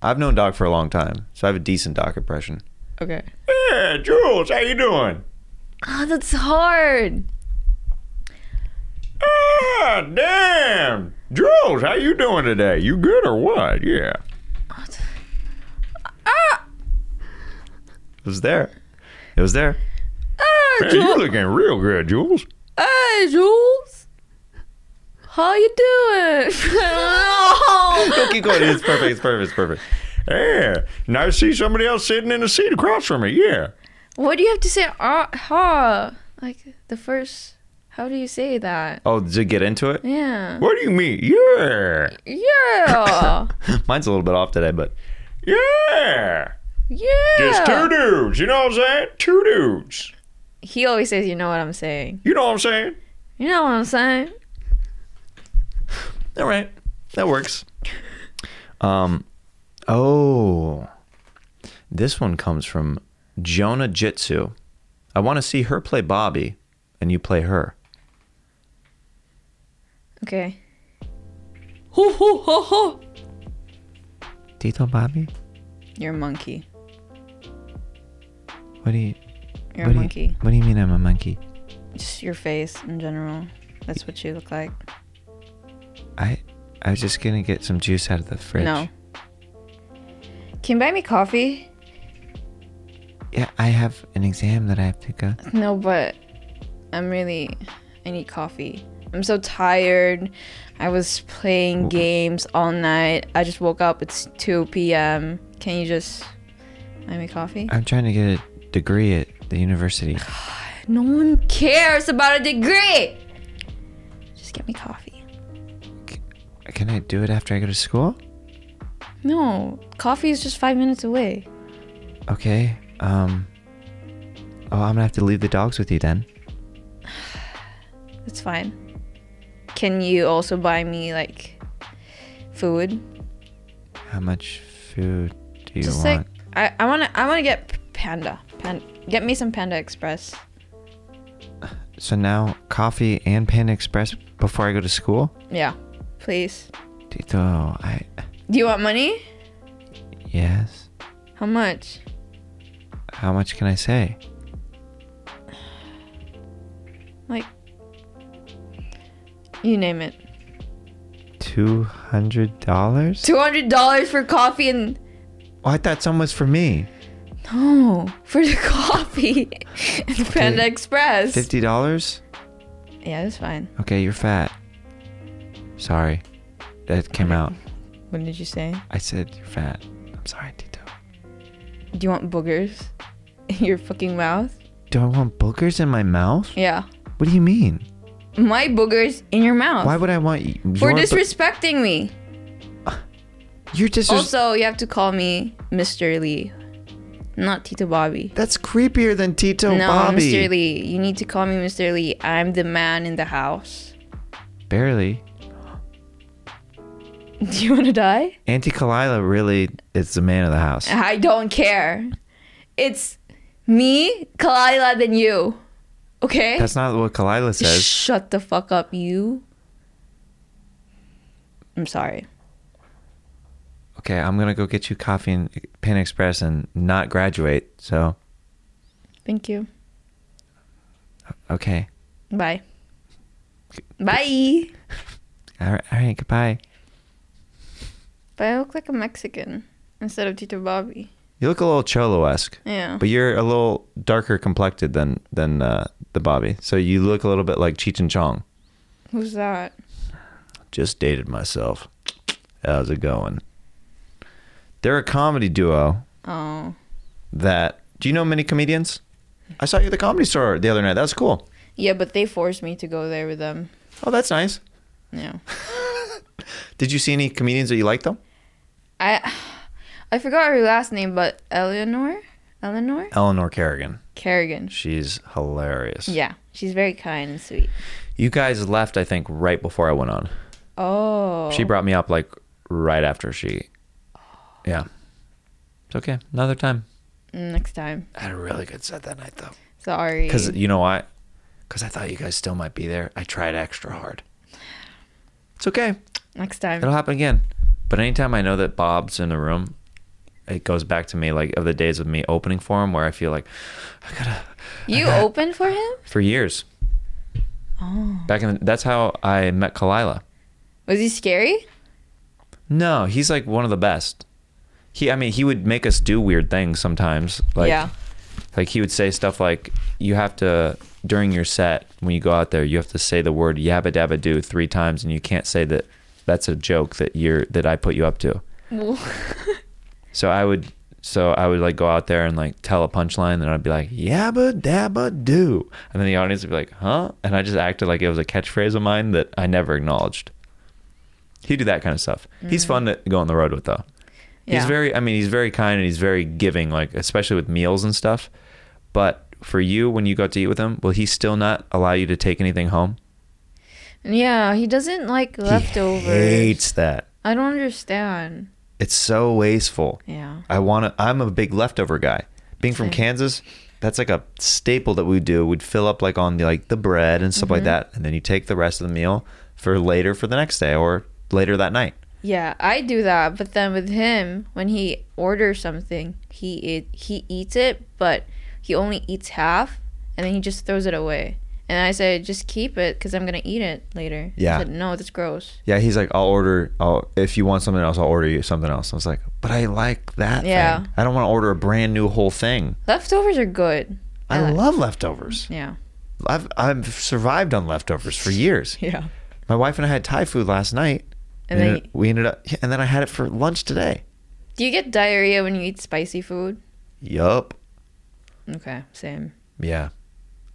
S2: I've known Doc for a long time, so I have a decent Doc impression.
S3: Okay.
S2: Hey, Jules, how you doing?
S3: Oh, that's hard.
S2: Ah, damn, Jules, how you doing today? You good or what? Yeah. Ah. It was there. It was there.
S3: Ah, Jules.
S2: looking real good, Jules.
S3: Hey, Jules. How you doing? no.
S2: Keep going. It's perfect. It's perfect. It's perfect. Yeah. Nice to see somebody else sitting in the seat across from me. Yeah.
S3: What do you have to say? Ah, ha. Like the first. How do you say that?
S2: Oh, did you get into it?
S3: Yeah.
S2: What do you mean? Yeah.
S3: Yeah.
S2: Mine's a little bit off today, but yeah.
S3: yeah.
S2: Just two dudes. You know what I'm saying? Two dudes.
S3: He always says, "You know what I'm saying."
S2: You know what I'm saying?
S3: You know what I'm saying?
S2: All right. That works. Um oh. This one comes from Jonah Jitsu. I want to see her play Bobby and you play her.
S3: Okay. Ho ho ho ho.
S2: Tito Bobby?
S3: You're a monkey.
S2: What do you
S3: You're a monkey.
S2: what do you mean I'm a monkey?
S3: Just your face in general. That's what you look like.
S2: I I was just gonna get some juice out of the fridge.
S3: No. Can you buy me coffee?
S2: Yeah, I have an exam that I have to go.
S3: No, but I'm really. I need coffee. I'm so tired. I was playing games all night. I just woke up. It's 2 p.m. Can you just buy me coffee?
S2: I'm trying to get a degree at the university.
S3: No one cares about a degree! Just get me coffee.
S2: Can I do it after I go to school?
S3: No, coffee is just five minutes away.
S2: Okay. Um. Oh, I'm gonna have to leave the dogs with you then.
S3: It's fine. Can you also buy me like food?
S2: How much food do you
S3: Just
S2: want?
S3: like I, I wanna I wanna get p- panda. Pan, get me some Panda Express.
S2: so now coffee and Panda Express before I go to school.
S3: Yeah. Please.
S2: Tito, I
S3: Do you want money?
S2: yes.
S3: How much?
S2: How much can I say?
S3: Like you name it.
S2: Two hundred dollars?
S3: Two hundred dollars for coffee and
S2: Oh, I thought some was for me.
S3: no oh, for the coffee and Panda Express.
S2: Fifty dollars?
S3: Yeah, it's fine.
S2: Okay, you're fat. Sorry, that came out.
S3: What did you say?
S2: I said you're fat. I'm sorry, oh. Tito.
S3: Do you want boogers in your fucking mouth?
S2: Do I want boogers in my mouth?
S3: Yeah.
S2: What do you mean?
S3: My boogers in your mouth.
S2: Why would I want y-
S3: For
S2: your bo-
S3: disrespecting me.
S2: You're disres-
S3: also, you have to call me Mr. Lee, not Tito Bobby.
S2: That's creepier than Tito
S3: no,
S2: Bobby.
S3: Mr. Lee. You need to call me Mr. Lee. I'm the man in the house.
S2: Barely.
S3: Do you want to die?
S2: Auntie Kalila really is the man of the house.
S3: I don't care. It's me, Kalila, than you. Okay?
S2: That's not what Kalila says.
S3: Shut the fuck up, you. I'm sorry.
S2: Okay, I'm gonna go get you coffee and Pan Express and not graduate. So,
S3: Thank you.
S2: okay.
S3: Bye. Bye.
S2: All right, all right goodbye.
S3: But I look like a Mexican instead of Tito Bobby.
S2: You look a little Cholo esque,
S3: Yeah.
S2: but you're a little darker complected than than uh, the Bobby. So you look a little bit like Cheech and Chong.
S3: Who's that?
S2: Just dated myself. How's it going? They're a comedy duo
S3: Oh.
S2: that Do you know many comedians? I saw you at the comedy store the other night. That's cool.
S3: Yeah, but they forced me to go there with them.
S2: Oh, that's nice.
S3: Yeah.
S2: Did you see any comedians that you liked though?
S3: I I forgot her last name, but Eleanor? Eleanor?
S2: Eleanor Kerrigan.
S3: Kerrigan.
S2: She's hilarious.
S3: Yeah. She's very kind and sweet.
S2: You guys left, I think, right before I went on.
S3: Oh.
S2: She brought me up like right after she. Yeah. It's okay. Another time.
S3: Next time.
S2: I had a really good set that night though.
S3: Sorry.
S2: Because you know why? Because I thought you guys still might be there. I tried extra hard. It's okay.
S3: Next time.
S2: It'll happen again. But anytime I know that Bob's in the room, it goes back to me like of the days of me opening for him where I feel like I gotta
S3: you open for him?
S2: for years.
S3: Oh.
S2: Back in the, that's how I met Kalila.
S3: Was he scary?
S2: No, he's like one of the best. He, I mean, he would make us do weird things sometimes. Like,
S3: Yeah.
S2: Like he would say stuff like, "You have to during your set when you go out there, you have to say the word yabba dabba do three times, and you can't say that that's a joke that you're that I put you up to." So I would, so I would like go out there and like tell a punchline, and I'd be like yabba dabba do, and then the audience would be like, "Huh?" And I just acted like it was a catchphrase of mine that I never acknowledged. He'd do that kind of stuff. He's fun to go on the road with though. He's
S3: Yeah.
S2: very I mean, he's very kind and he's very giving, like especially with meals and stuff. But for you when you go out to eat with him, will he still not allow you to take anything home?
S3: Yeah, he doesn't like leftovers.
S2: He hates that.
S3: I don't understand.
S2: It's so wasteful.
S3: Yeah.
S2: I want to I'm a big leftover guy. Being from
S3: Same.
S2: Kansas, that's like a staple that we do. We'd fill up like on the like the bread and stuff like
S3: Mhm.
S2: that, and then you take the rest of the meal for later for the next day or later that night.
S3: Yeah, I do that, but then with him, when he orders something, he eat, he eats it, but he only eats half, and then he just throws it away. And I say, just keep it, cause I'm gonna eat it later. He
S2: Yeah.
S3: said, no, that's gross.
S2: Yeah, he's like, I'll order. I'll, if you want something else, I'll order you something else. I was like, but I like that.
S3: Yeah.
S2: thing. I don't want to order a brand new whole thing.
S3: Leftovers are good.
S2: I,
S3: like-
S2: love leftovers.
S3: Yeah.
S2: I've I've survived on leftovers for years.
S3: Yeah.
S2: My wife and I had Thai food last night,
S3: And
S2: and,
S3: then
S2: it- we ended up. yeah, And then I had it for lunch today.
S3: Do you get diarrhea when you eat spicy food?
S2: Yup.
S3: Okay, same.
S2: Yeah.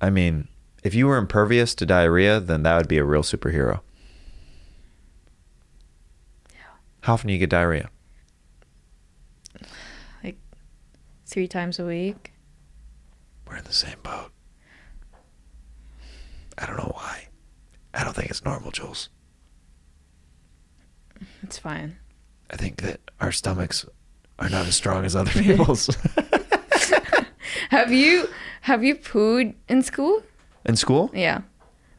S2: I mean, if you were impervious to diarrhea, then that would be a real superhero. How often do you get diarrhea?
S3: Three times a week.
S10: We're in the same boat. I don't know why. I don't think it's normal, Jules.
S3: It's fine.
S10: I think that our stomachs are not as strong as other people's.
S3: Have you have you pooed in school?
S2: In school?
S3: Yeah.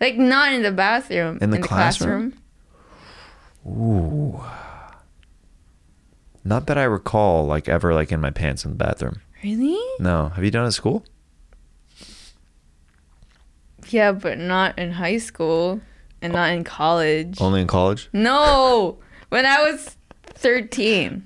S3: Like not in the bathroom.
S2: In the classroom? Ooh. Not that I recall, like ever, like in my pants in the bathroom.
S3: Really?
S2: No. Have you done it at school?
S3: Yeah, but not in high school and not in college.
S2: Only in college?
S3: No. when I was 13.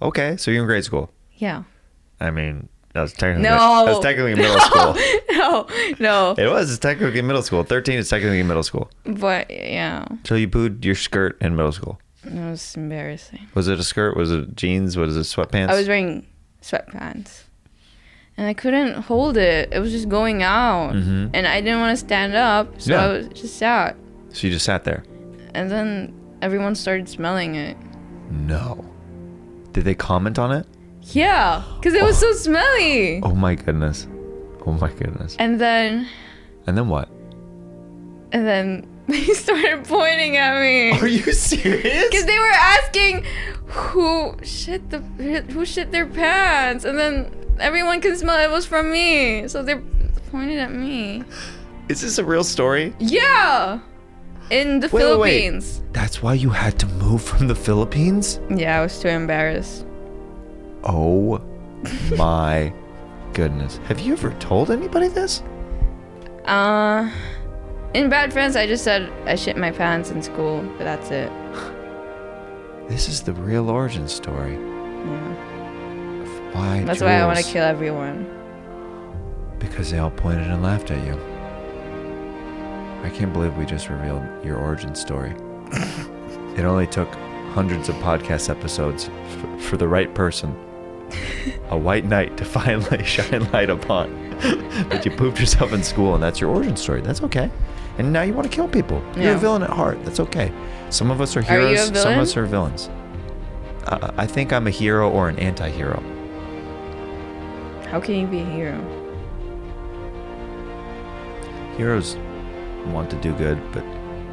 S2: Okay, so you're in grade school.
S3: Yeah.
S2: I mean, that was technically
S3: No.
S2: that was technically middle
S3: No.
S2: school.
S3: No. No.
S2: It was technically middle school. Thirteen is technically middle school.
S3: But yeah.
S2: So you pooed your skirt in middle school.
S3: It was embarrassing.
S2: Was it a skirt? Was it jeans? Was it sweatpants?
S3: I was wearing sweatpants. And I couldn't hold it. It was just going out.
S2: Mhm.
S3: And I didn't want to stand up, so
S2: Yeah.
S3: I was just out.
S2: so you just sat there.
S3: And then everyone started smelling it.
S2: No. Did they comment on it?
S3: Yeah, because it was so smelly.
S2: Oh my goodness. Oh my goodness.
S3: And then,
S2: And then what?
S3: and then they started pointing at me.
S2: Are you serious?
S3: Because they were asking who shit the who shit their pants, and then everyone can smell it was from me, so they pointed at me.
S2: Is this a real story?
S3: Yeah, in the
S2: Wait, wait, wait.
S3: Philippines.
S2: That's why you had to move from the Philippines?
S3: Yeah, I was too embarrassed.
S2: Oh my goodness. Have you ever told anybody this?
S3: Uh, in bad friends, I just said I shit my pants in school, but that's it.
S2: This is the real origin story.
S3: Yeah.
S2: Why?
S3: That's why I want to
S2: Jules?
S3: kill everyone.
S2: Because they all pointed and laughed at you. I can't believe we just revealed your origin story. it only took hundreds of podcast episodes for, for the right person a white knight to finally shine light upon. but you pooped yourself in school, and that's your origin story. That's okay. And now you want to kill people. You're
S7: Yeah.
S2: a villain at heart. That's okay. Some of us are
S7: Are you a
S2: heroes. some
S7: villain?
S2: of us are villains. Uh, I think I'm a hero or an anti-hero.
S3: How can you be a hero?
S2: Heroes want to do good, but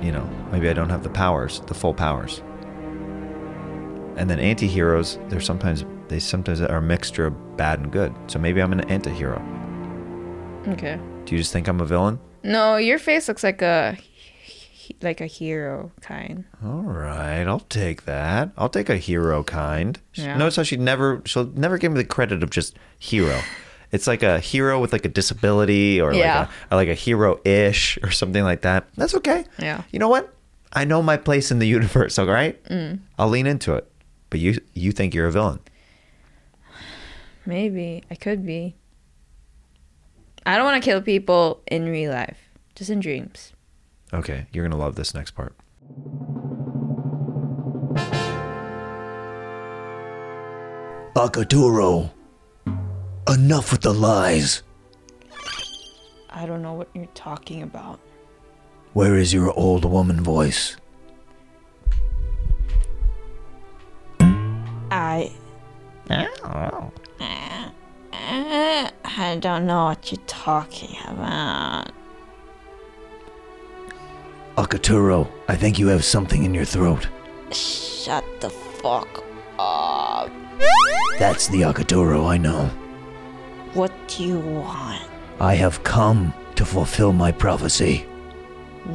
S2: you know, maybe I don't have the powers, the full powers. And then anti-heroes, they're sometimes they sometimes are a mixture of bad and good. So maybe I'm an anti-hero.
S3: Okay.
S2: Do you just think I'm a villain?
S3: No, your face looks like a he- like a hero kind.
S2: All right, I'll take that. I'll take a hero kind. She-
S3: Yeah.
S2: Notice how she never she'll never give me the credit of just hero. It's like a hero with like a disability or
S3: Yeah.
S2: like a, or like a hero ish or something like that. That's okay.
S3: Yeah.
S2: You know what? I know my place in the universe. All right,
S3: Mm.
S2: I'll lean into it. But you you think you're a villain?
S3: Maybe I could be. I don't want to kill people in real life, just in dreams.
S2: Okay, you're gonna love this next part.
S11: Akaturo, enough with the lies.
S3: I don't know what you're talking about.
S11: Where is your old woman voice?
S5: I. I don't know what you're talking about.
S11: Akaturo, I think you have something in your throat.
S5: Shut the fuck up.
S11: That's the Akaturo I know.
S5: What do you want?
S11: I have come to fulfill my prophecy.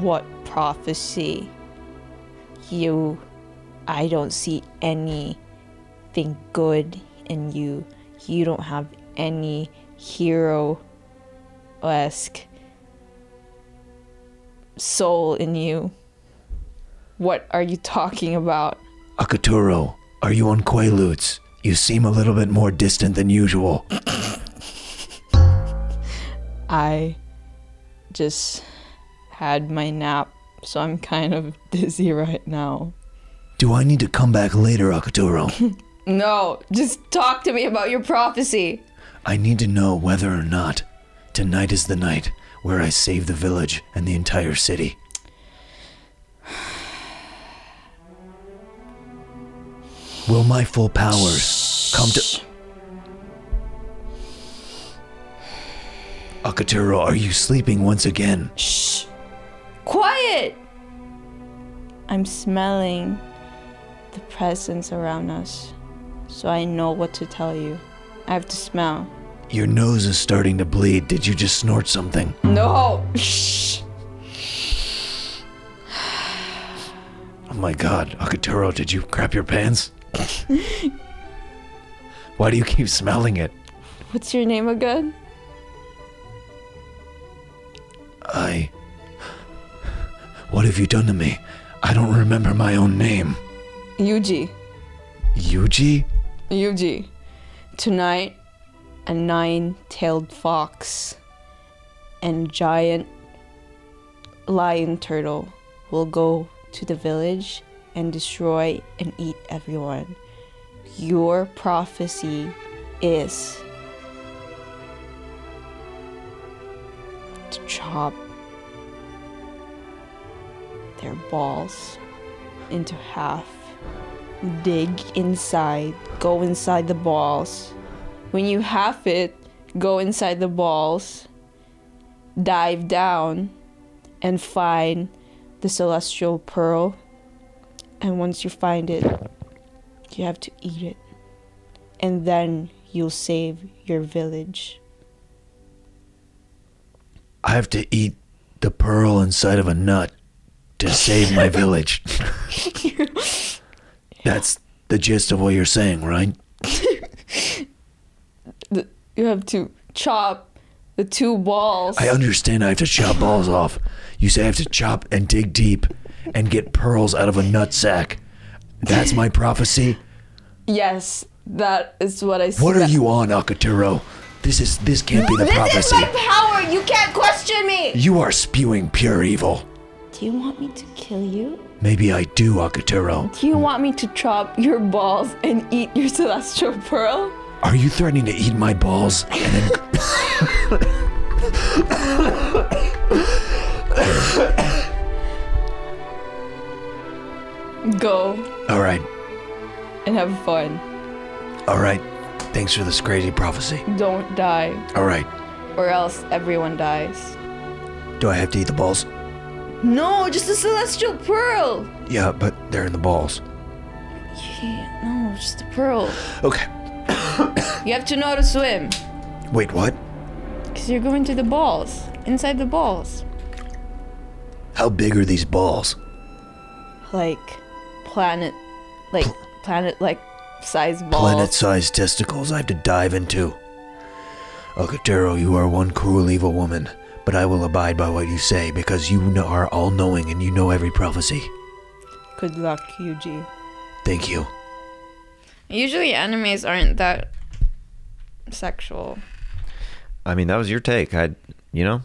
S5: What prophecy? You. I don't see anything good in you. You don't have any hero esque soul in you. What are you talking about?
S11: Akaturo, are you on Quaaludes? You seem a little bit more distant than usual.
S5: I just had my nap, so I'm kind of dizzy right now.
S11: Do I need to come back later, Akaturo?
S3: No, just talk to me about your prophecy.
S11: I need to know whether or not tonight is the night where I save the village and the entire city. Will my full powers come to. Akaturo, are you sleeping once again? Shh.
S5: Quiet! I'm smelling the presence around us, so I know what to tell you. I have to smell.
S11: Your nose is starting to bleed. Did you just snort something?
S5: No!
S11: Oh my god, Akaturo, did you crap your pants? Why do you keep smelling it?
S5: What's your name again?
S11: I. What have you done to me? I don't remember my own name.
S5: Yuji.
S11: Yuji?
S5: Yuji. Tonight, a nine tailed fox and giant lion turtle will go to the village and destroy and eat everyone. Your prophecy is to chop their balls into half. Dig inside, go inside the balls. When you half it, go inside the balls, dive down, and find the celestial pearl. And once you find it, you have to eat it. And then you'll save your village.
S11: I have to eat the pearl inside of a nut to save my village. That's the gist of what you're saying, right?
S5: The- You have to chop the two balls.
S11: I understand I have to chop balls off. You say I have to chop and dig deep and get pearls out of a nut sack. That's my prophecy.
S5: yes, that is what I said.
S11: What are you on, Akaturo? This is this can't be the
S5: this
S11: prophecy.
S5: is my power. You can't question me.
S11: You are spewing pure evil.
S5: Do you want me to kill you?
S11: Maybe I do, Akaturo.
S5: Do you want me to chop your balls and eat your celestial pearl?
S11: Are you threatening to eat my balls? And then
S5: Go
S11: all right,
S5: and have fun.
S11: all right. Thanks for this crazy prophecy.
S5: Don't die,
S11: All right.
S5: or else everyone dies.
S11: Do I have to eat the balls?
S5: No, just a celestial pearl.
S11: Yeah, but they're in the balls.
S3: Can't- No, just a pearl.
S11: Okay.
S3: You have to know how to swim.
S11: Wait, what?
S3: Because you're going to the balls. Inside the balls.
S11: How big are these balls?
S5: Like planet, like planet, like size ball.
S11: Planet-sized testicles. I have to dive into. Okatero, you are one cruel, evil woman, but I will abide by what you say because you kn- are all-knowing and you know every prophecy.
S5: Good luck, Yuji.
S11: Thank you.
S3: Usually animes aren't that sexual.
S2: I mean, that was your take. I, you know,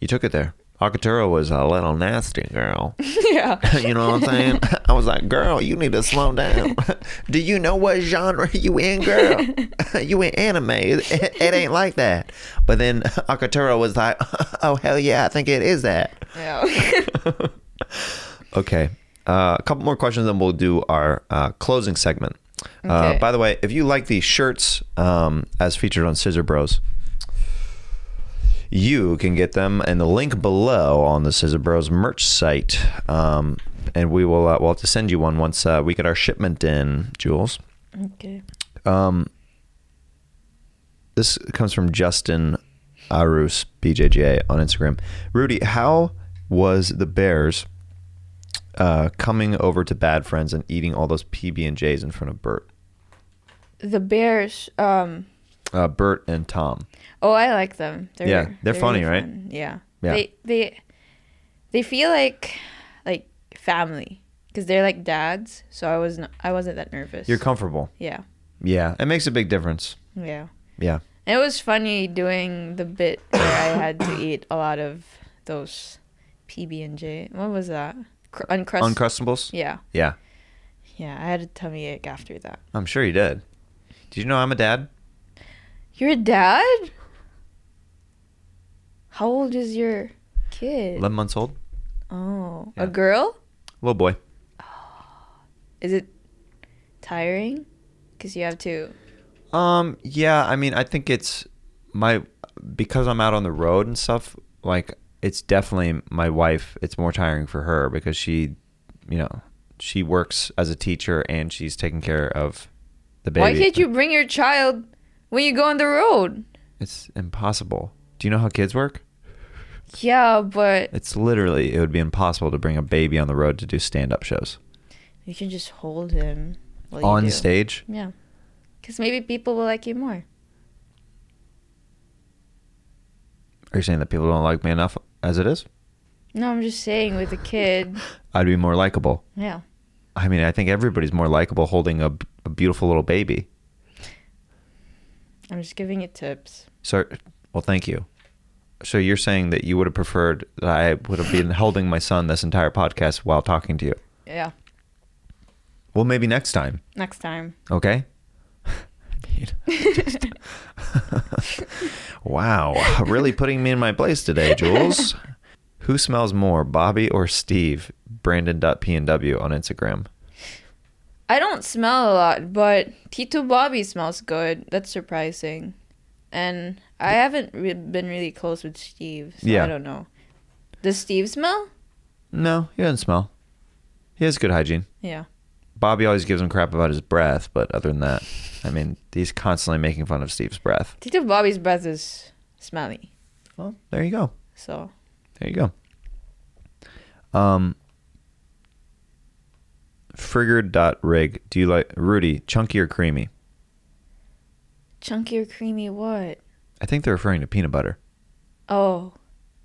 S2: you took it there. Akaturo was a little nasty girl.
S5: yeah.
S2: you know what I'm saying? I was like, girl, you need to slow down. Do you know what genre you in, girl? you in anime. It, it ain't like that. But then Akaturo was like, oh, hell yeah, I think it is that.
S5: Yeah.
S2: Okay. Uh, a couple more questions, then we'll do our uh, closing segment. Uh,
S5: Okay.
S2: by the way, if you like the shirts um, as featured on Scissor Bros, you can get them in the link below on the Scissor Bros merch site. Um, and we will uh, we'll have to send you one once uh, we get our shipment in, Jules.
S3: Okay.
S2: Um, this comes from Justin Arus BJJ on Instagram. Rudy, how was the Bears uh, coming over to Bad Friends and eating all those PB and J's in front of Bert,
S3: The bears. Um.
S2: uh, Bert and Tom?
S3: Oh, I like them. They're,
S2: Yeah, they're funny, right?
S3: fun. Yeah.
S2: Yeah.
S3: They they they feel like like family because they're like dads. So I was not, I wasn't that nervous.
S2: You're comfortable.
S3: Yeah.
S2: Yeah, it makes a big difference.
S3: Yeah.
S2: Yeah,
S3: It was funny doing the bit where I had to eat a lot of those PB and J. What was that? Cr- Uncrust-
S2: Uncrustables.
S3: Yeah,
S2: yeah.
S3: yeah. I had a tummy ache after that.
S2: I'm sure you did. Did you know I'm a dad?
S3: Your dad? How old is your kid?
S2: Eleven months old,
S3: oh,
S2: Yeah.
S3: a girl?
S2: little boy.
S3: Is it tiring? Because you have to.
S2: Um, yeah, I mean, I think it's my because I'm out on the road and stuff, like it's definitely my wife, it's more tiring for her because she, you know, she works as a teacher and she's taking care of the baby.
S3: Why can't you bring your child when you go on the road?
S2: It's impossible. Do you know how kids work?
S3: Yeah, but
S2: It's literally it would be impossible to bring a baby on the road to do stand-up shows.
S3: you can just hold him while you
S2: on
S3: do.
S2: stage?
S3: Yeah, because maybe people will like you more.
S2: Are you saying that people don't like me enough as it is?
S3: No, I'm just saying with a kid.
S2: I'd be more likable.
S3: Yeah.
S2: I mean, I think everybody's more likable holding a, a beautiful little baby.
S3: I'm just giving you tips.
S2: So, well, thank you. So you're saying that you would have preferred that I would have been holding my son this entire podcast while talking to you.
S3: Yeah.
S2: Well, maybe next time,
S3: Next time.
S2: okay? wow, really putting me in my place today, Jules. Who smells more, Bobby or Steve? Brandon.pnw on Instagram.
S3: I don't smell a lot, but Tito Bobby smells good. That's surprising. And I haven't re- been really close with Steve, so
S2: Yeah.
S3: I don't know. Does Steve smell?
S2: No, he doesn't smell. He has good hygiene.
S3: Yeah.
S2: Bobby always gives him crap about his breath, but other than that, I mean, he's constantly making fun of Steve's breath.
S3: Tito Bobby's breath is smelly.
S2: Well, there you go.
S3: So,
S2: There you go. Um, Frigger.rig. Do you like Rudy, chunky or creamy?
S3: chunky or creamy what?
S2: I think they're referring to peanut butter.
S3: Oh,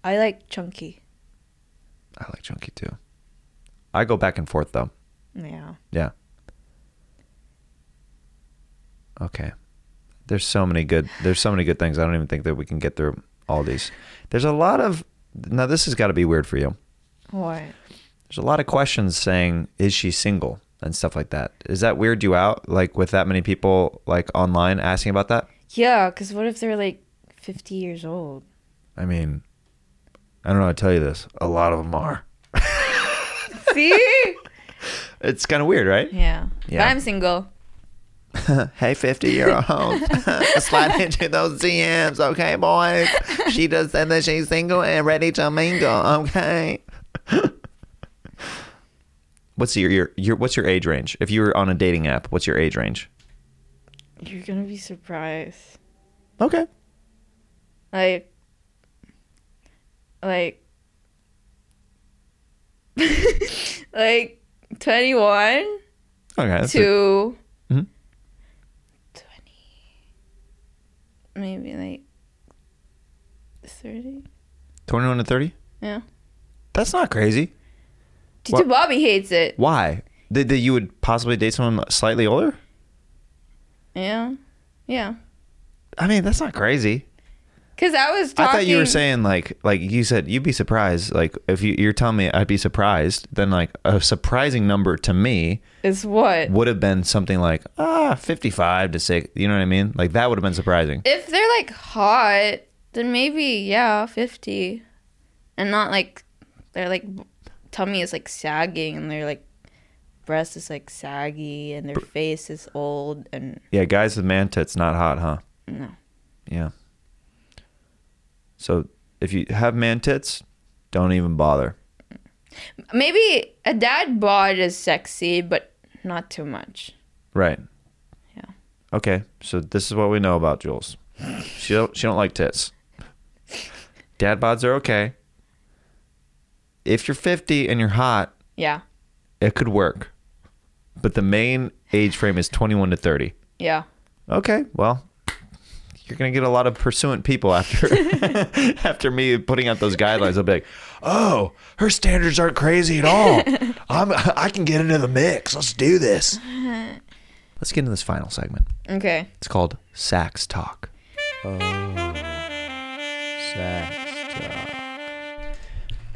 S3: I like chunky.
S2: I like chunky too. I go back and forth though.
S3: Yeah.
S2: Yeah. Okay. There's so many good there's so many good things. I don't even think that we can get through all these. There's a lot of now this has got to be weird for you.
S3: What?
S2: There's a lot of questions saying is she single? and stuff like that. Is that weird you out? Like with that many people like online asking about that?
S3: Yeah, because what if they're like 50 years old?
S2: I mean, I don't know. how to tell you this. A lot of them are.
S3: See?
S2: It's kind of weird, right?
S3: yeah.
S2: Yeah.
S3: But I'm single.
S7: hey, 50 year old, slide into those DMs, okay, boys? She just said that she's single and ready to mingle, okay?
S2: What's your, your your what's your age range? If you were on a dating app, what's your age range?
S3: You're going to be surprised.
S2: Okay.
S3: Like, like, like 21
S2: Okay. that's it.
S3: to
S2: Mhm.
S3: 20, maybe like 30.
S2: 21 to 30?
S3: Yeah.
S2: That's not crazy.
S3: Tito
S2: What-
S3: Bobby hates it.
S2: Why? That that you would possibly date someone slightly older?
S3: Yeah. Yeah.
S2: I mean, that's not crazy.
S3: Because I was talking.
S2: I thought you were saying like like you said you'd be surprised like if you, you're telling me I'd be surprised then like a surprising number to me
S3: Is what?
S2: would have been something like ah 55 to 6 you know what I mean like that would have been surprising
S3: If they're like hot, then maybe, yeah, 50. And not like, they're like, tummy is like sagging and their like breast is like saggy and their face is old and
S2: yeah guys with man tits not hot huh
S3: no.
S2: yeah so if you have man tits don't even bother
S3: Maybe a dad bod is sexy, but not too much.
S2: right yeah okay so this is what we know about Jules she don't she don't like tits dad bods are okay if you're 50 and you're hot
S3: Yeah.
S2: it could work but the main age frame is 21 to 30
S3: Yeah.
S2: okay well you're gonna get a lot of pursuant people after after me putting out those guidelines i'll be like
S11: Oh, her standards aren't crazy at all. I'm, I can get into the mix. Let's do this.
S2: let's get into this final segment
S3: Okay.
S2: it's called sax talk oh sax talk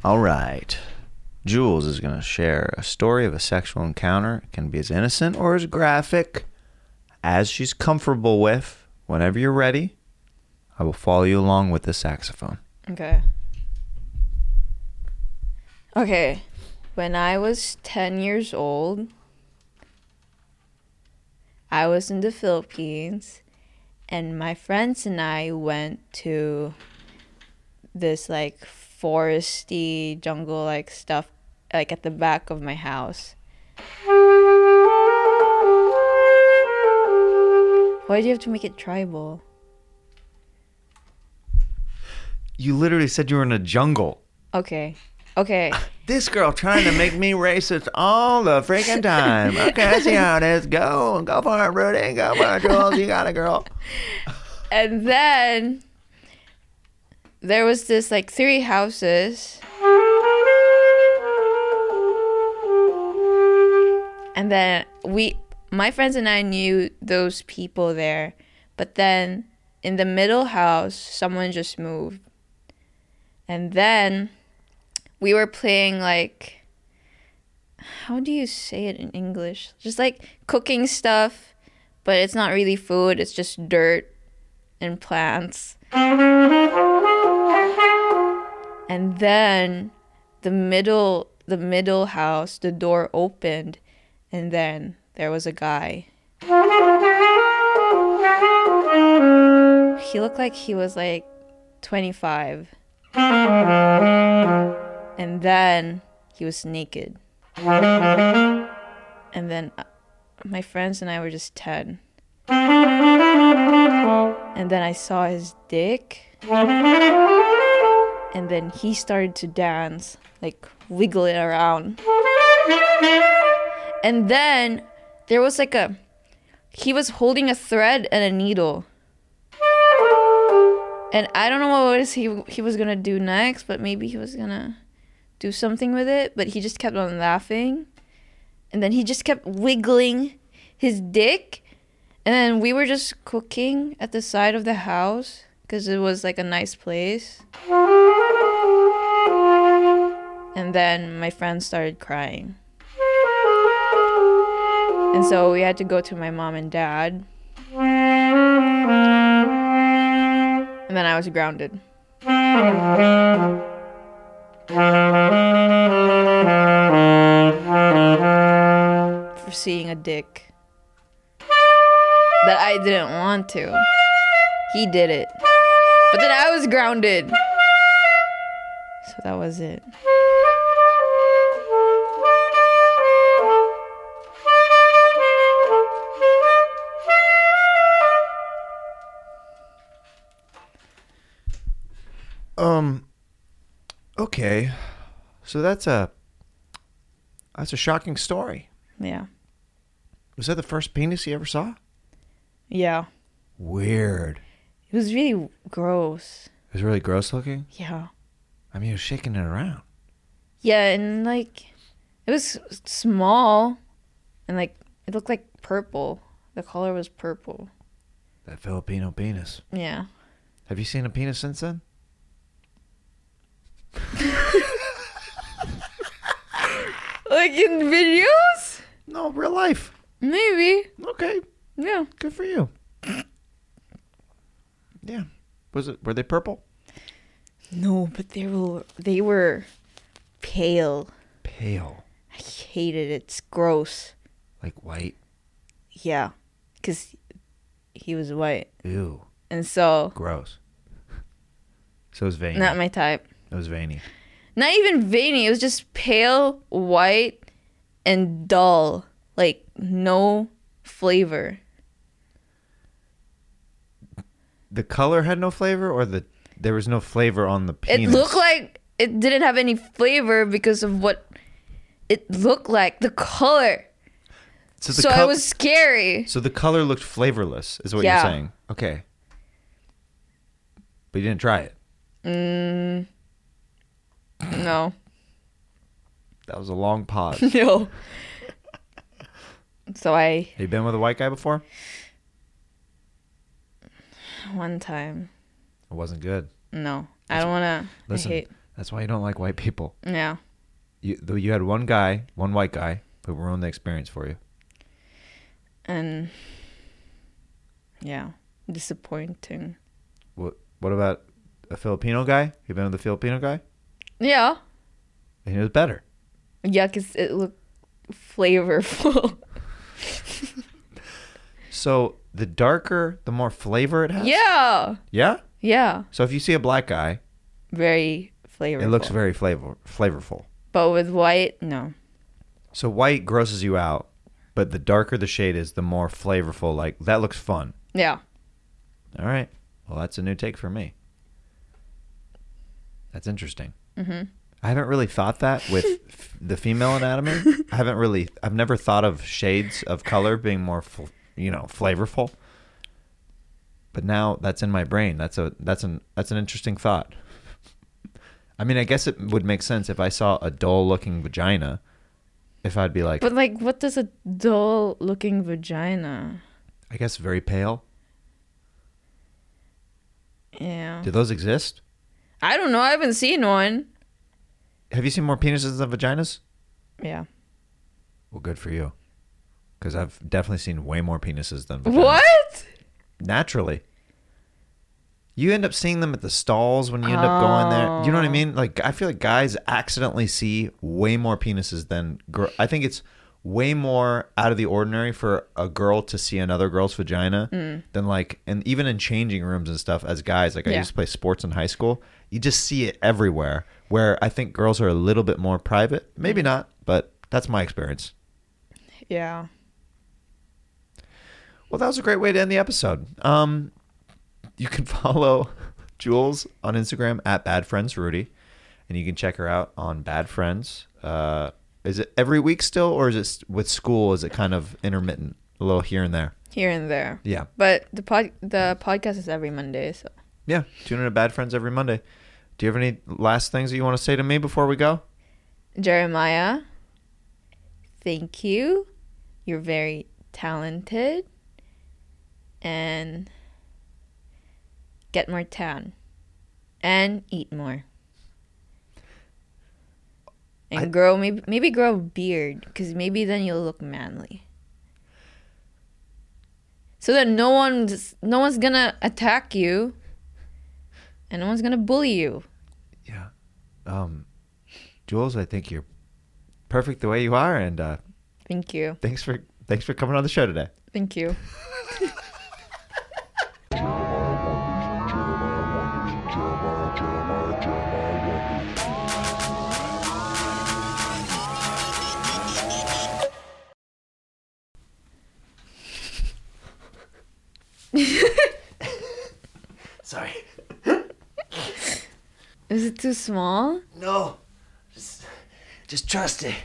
S2: all right jules is gonna share a story of a sexual encounter it can be as innocent or as graphic as she's comfortable with whenever you're ready i will follow you along with the saxophone
S3: Okay. Okay. When I was 10 years old, I was in the Philippines and my friends and I went to this like foresty jungle like stuff like at the back of my house. Why do you have to make it tribal?
S2: You literally said you were in a jungle.
S3: Okay. Okay.
S7: This girl trying to make me racist all the freaking time. Okay, I see how it is. Go, go for it, Rudy. Go for it, Jules. You got it, girl.
S3: and then there was this like three houses and then we my friends and i knew those people there but then in the middle house someone just moved and then we were playing like how do you say it in english just like cooking stuff but it's not really food it's just dirt and plants. And then the middle the middle house, the door opened and then there was a guy. He looked like he was like 25. And then he was naked. And then uh, my friends and I were just 10. And then I saw his dick. And then he started to dance, like wiggle it around. And then there was like a. He was holding a thread and a needle. And I don't know what it was he, he was gonna do next, but maybe he was gonna do something with it. But he just kept on laughing. And then he just kept wiggling his dick. And then we were just cooking at the side of the house because it was like a nice place. And then my friend started crying. And so we had to go to my mom and dad. And then I was grounded. For seeing a dick. That I didn't want to. He did it. But then I was grounded. So that was it.
S2: Um. Okay, so that's a that's a shocking story.
S3: Yeah.
S2: Was that the first penis you ever saw?
S3: Yeah.
S2: Weird.
S3: It was really gross.
S2: It was really gross looking.
S3: Yeah.
S2: I mean, he was shaking it around.
S3: Yeah, and like it was s- small and like it looked like purple. The color was purple.
S2: That Filipino penis.
S3: Yeah.
S2: Have you seen a penis since then?
S3: Like in videos?
S2: No, real life.
S3: Maybe.
S2: Okay.
S3: Yeah.
S2: Good for you. Yeah. Was it? Were they purple?
S3: No, but they were they were pale.
S2: Pale,
S3: I hated it. It's gross.
S2: like white.
S3: Yeah. Cuz he was white.
S2: Ew.
S3: And so
S2: Gross. So it was veiny.
S3: not my type.
S2: It was veiny.
S3: Not even veiny. It was just pale, white, and dull. Like no flavor.
S2: The color had no flavor, or the there was no flavor on the penis.
S3: It looked like it didn't have any flavor because of what it looked like, the color.
S2: so.
S3: so
S2: col-
S3: it was scary.
S2: So the color looked flavorless, is what
S3: Yeah.
S2: you're saying. Okay. But you didn't try it.
S3: Mm, no.
S2: That was a long pause.
S3: no. So I
S2: Have you been with a white guy before?
S3: one time.
S2: It wasn't good.
S3: No. I don't wanna
S2: Listen,
S3: I hate
S2: that's why you don't like white people.
S3: yeah.
S2: You, though you had one guy, one white guy, who ruined the experience for you.
S3: And yeah. Disappointing.
S2: What? What about a Filipino guy? You been with a Filipino guy,
S3: Yeah.
S2: and he was better.
S3: Yeah, because it looked flavorful.
S2: So the darker, the more flavor it has.
S3: yeah.
S2: Yeah.
S3: Yeah.
S2: So if you see a black guy,
S3: Very flavorful.
S2: it looks very flavor flavorful.
S3: But with white, no.
S2: So white grosses you out, but the darker the shade is, the more flavorful. Like that looks fun.
S3: Yeah.
S2: All right. Well, that's a new take for me. That's interesting.
S3: hmm
S2: I haven't really thought that with f- the female anatomy. I haven't really. I've never thought of shades of color being more, fl- you know, flavorful. But now that's in my brain. That's a that's an that's an interesting thought. I mean, I guess it would make sense if I saw a dull-looking vagina. If I'd be like,
S3: But like, what does a dull looking vagina?
S2: I guess very pale.
S3: Yeah.
S2: Do those exist?
S3: I don't know. I haven't seen one.
S2: Have you seen more penises than vaginas?
S3: Yeah.
S2: Well, good for you, because I've definitely seen way more penises than vaginas.
S3: What?
S2: naturally. You end up seeing them at the stalls when you end up going there. You know what I mean? Like I feel like guys accidentally see way more penises than girl. I think it's way more out of the ordinary for a girl to see another girl's vagina
S10: Mm.
S2: than like and even in changing rooms and stuff as guys like I
S10: Yeah.
S2: used to play sports in high school, you just see it everywhere where I think girls are a little bit more private.
S10: Mm.
S2: Maybe not, but that's my experience.
S3: Yeah.
S2: Well, that was a great way to end the episode. Um, you can follow Jules on Instagram at Bad Friends Rudy, and you can check her out on Bad Friends. Uh, is it every week still, or is it s- with school? Is it kind of intermittent, a little here and there?
S3: Here and there.
S2: Yeah.
S3: But the pod the podcast is every Monday, so
S2: Yeah, tune in to Bad Friends every Monday. Do you have any last things that you want to say to me before we go?
S3: Jeremiah, thank you. You're very talented. And get more tan. And eat more. And grow maybe maybe grow a beard cuz maybe then you'll look manly. so that no one's no one's gonna attack you, and no one's gonna bully you.
S2: Um, Jules, I think you're perfect the way you are, and uh,
S3: Thank you.
S2: thanks for thanks for coming on the show today.
S3: Thank you.
S7: Sorry.
S3: Is it too small?
S7: No. Just, just trust it.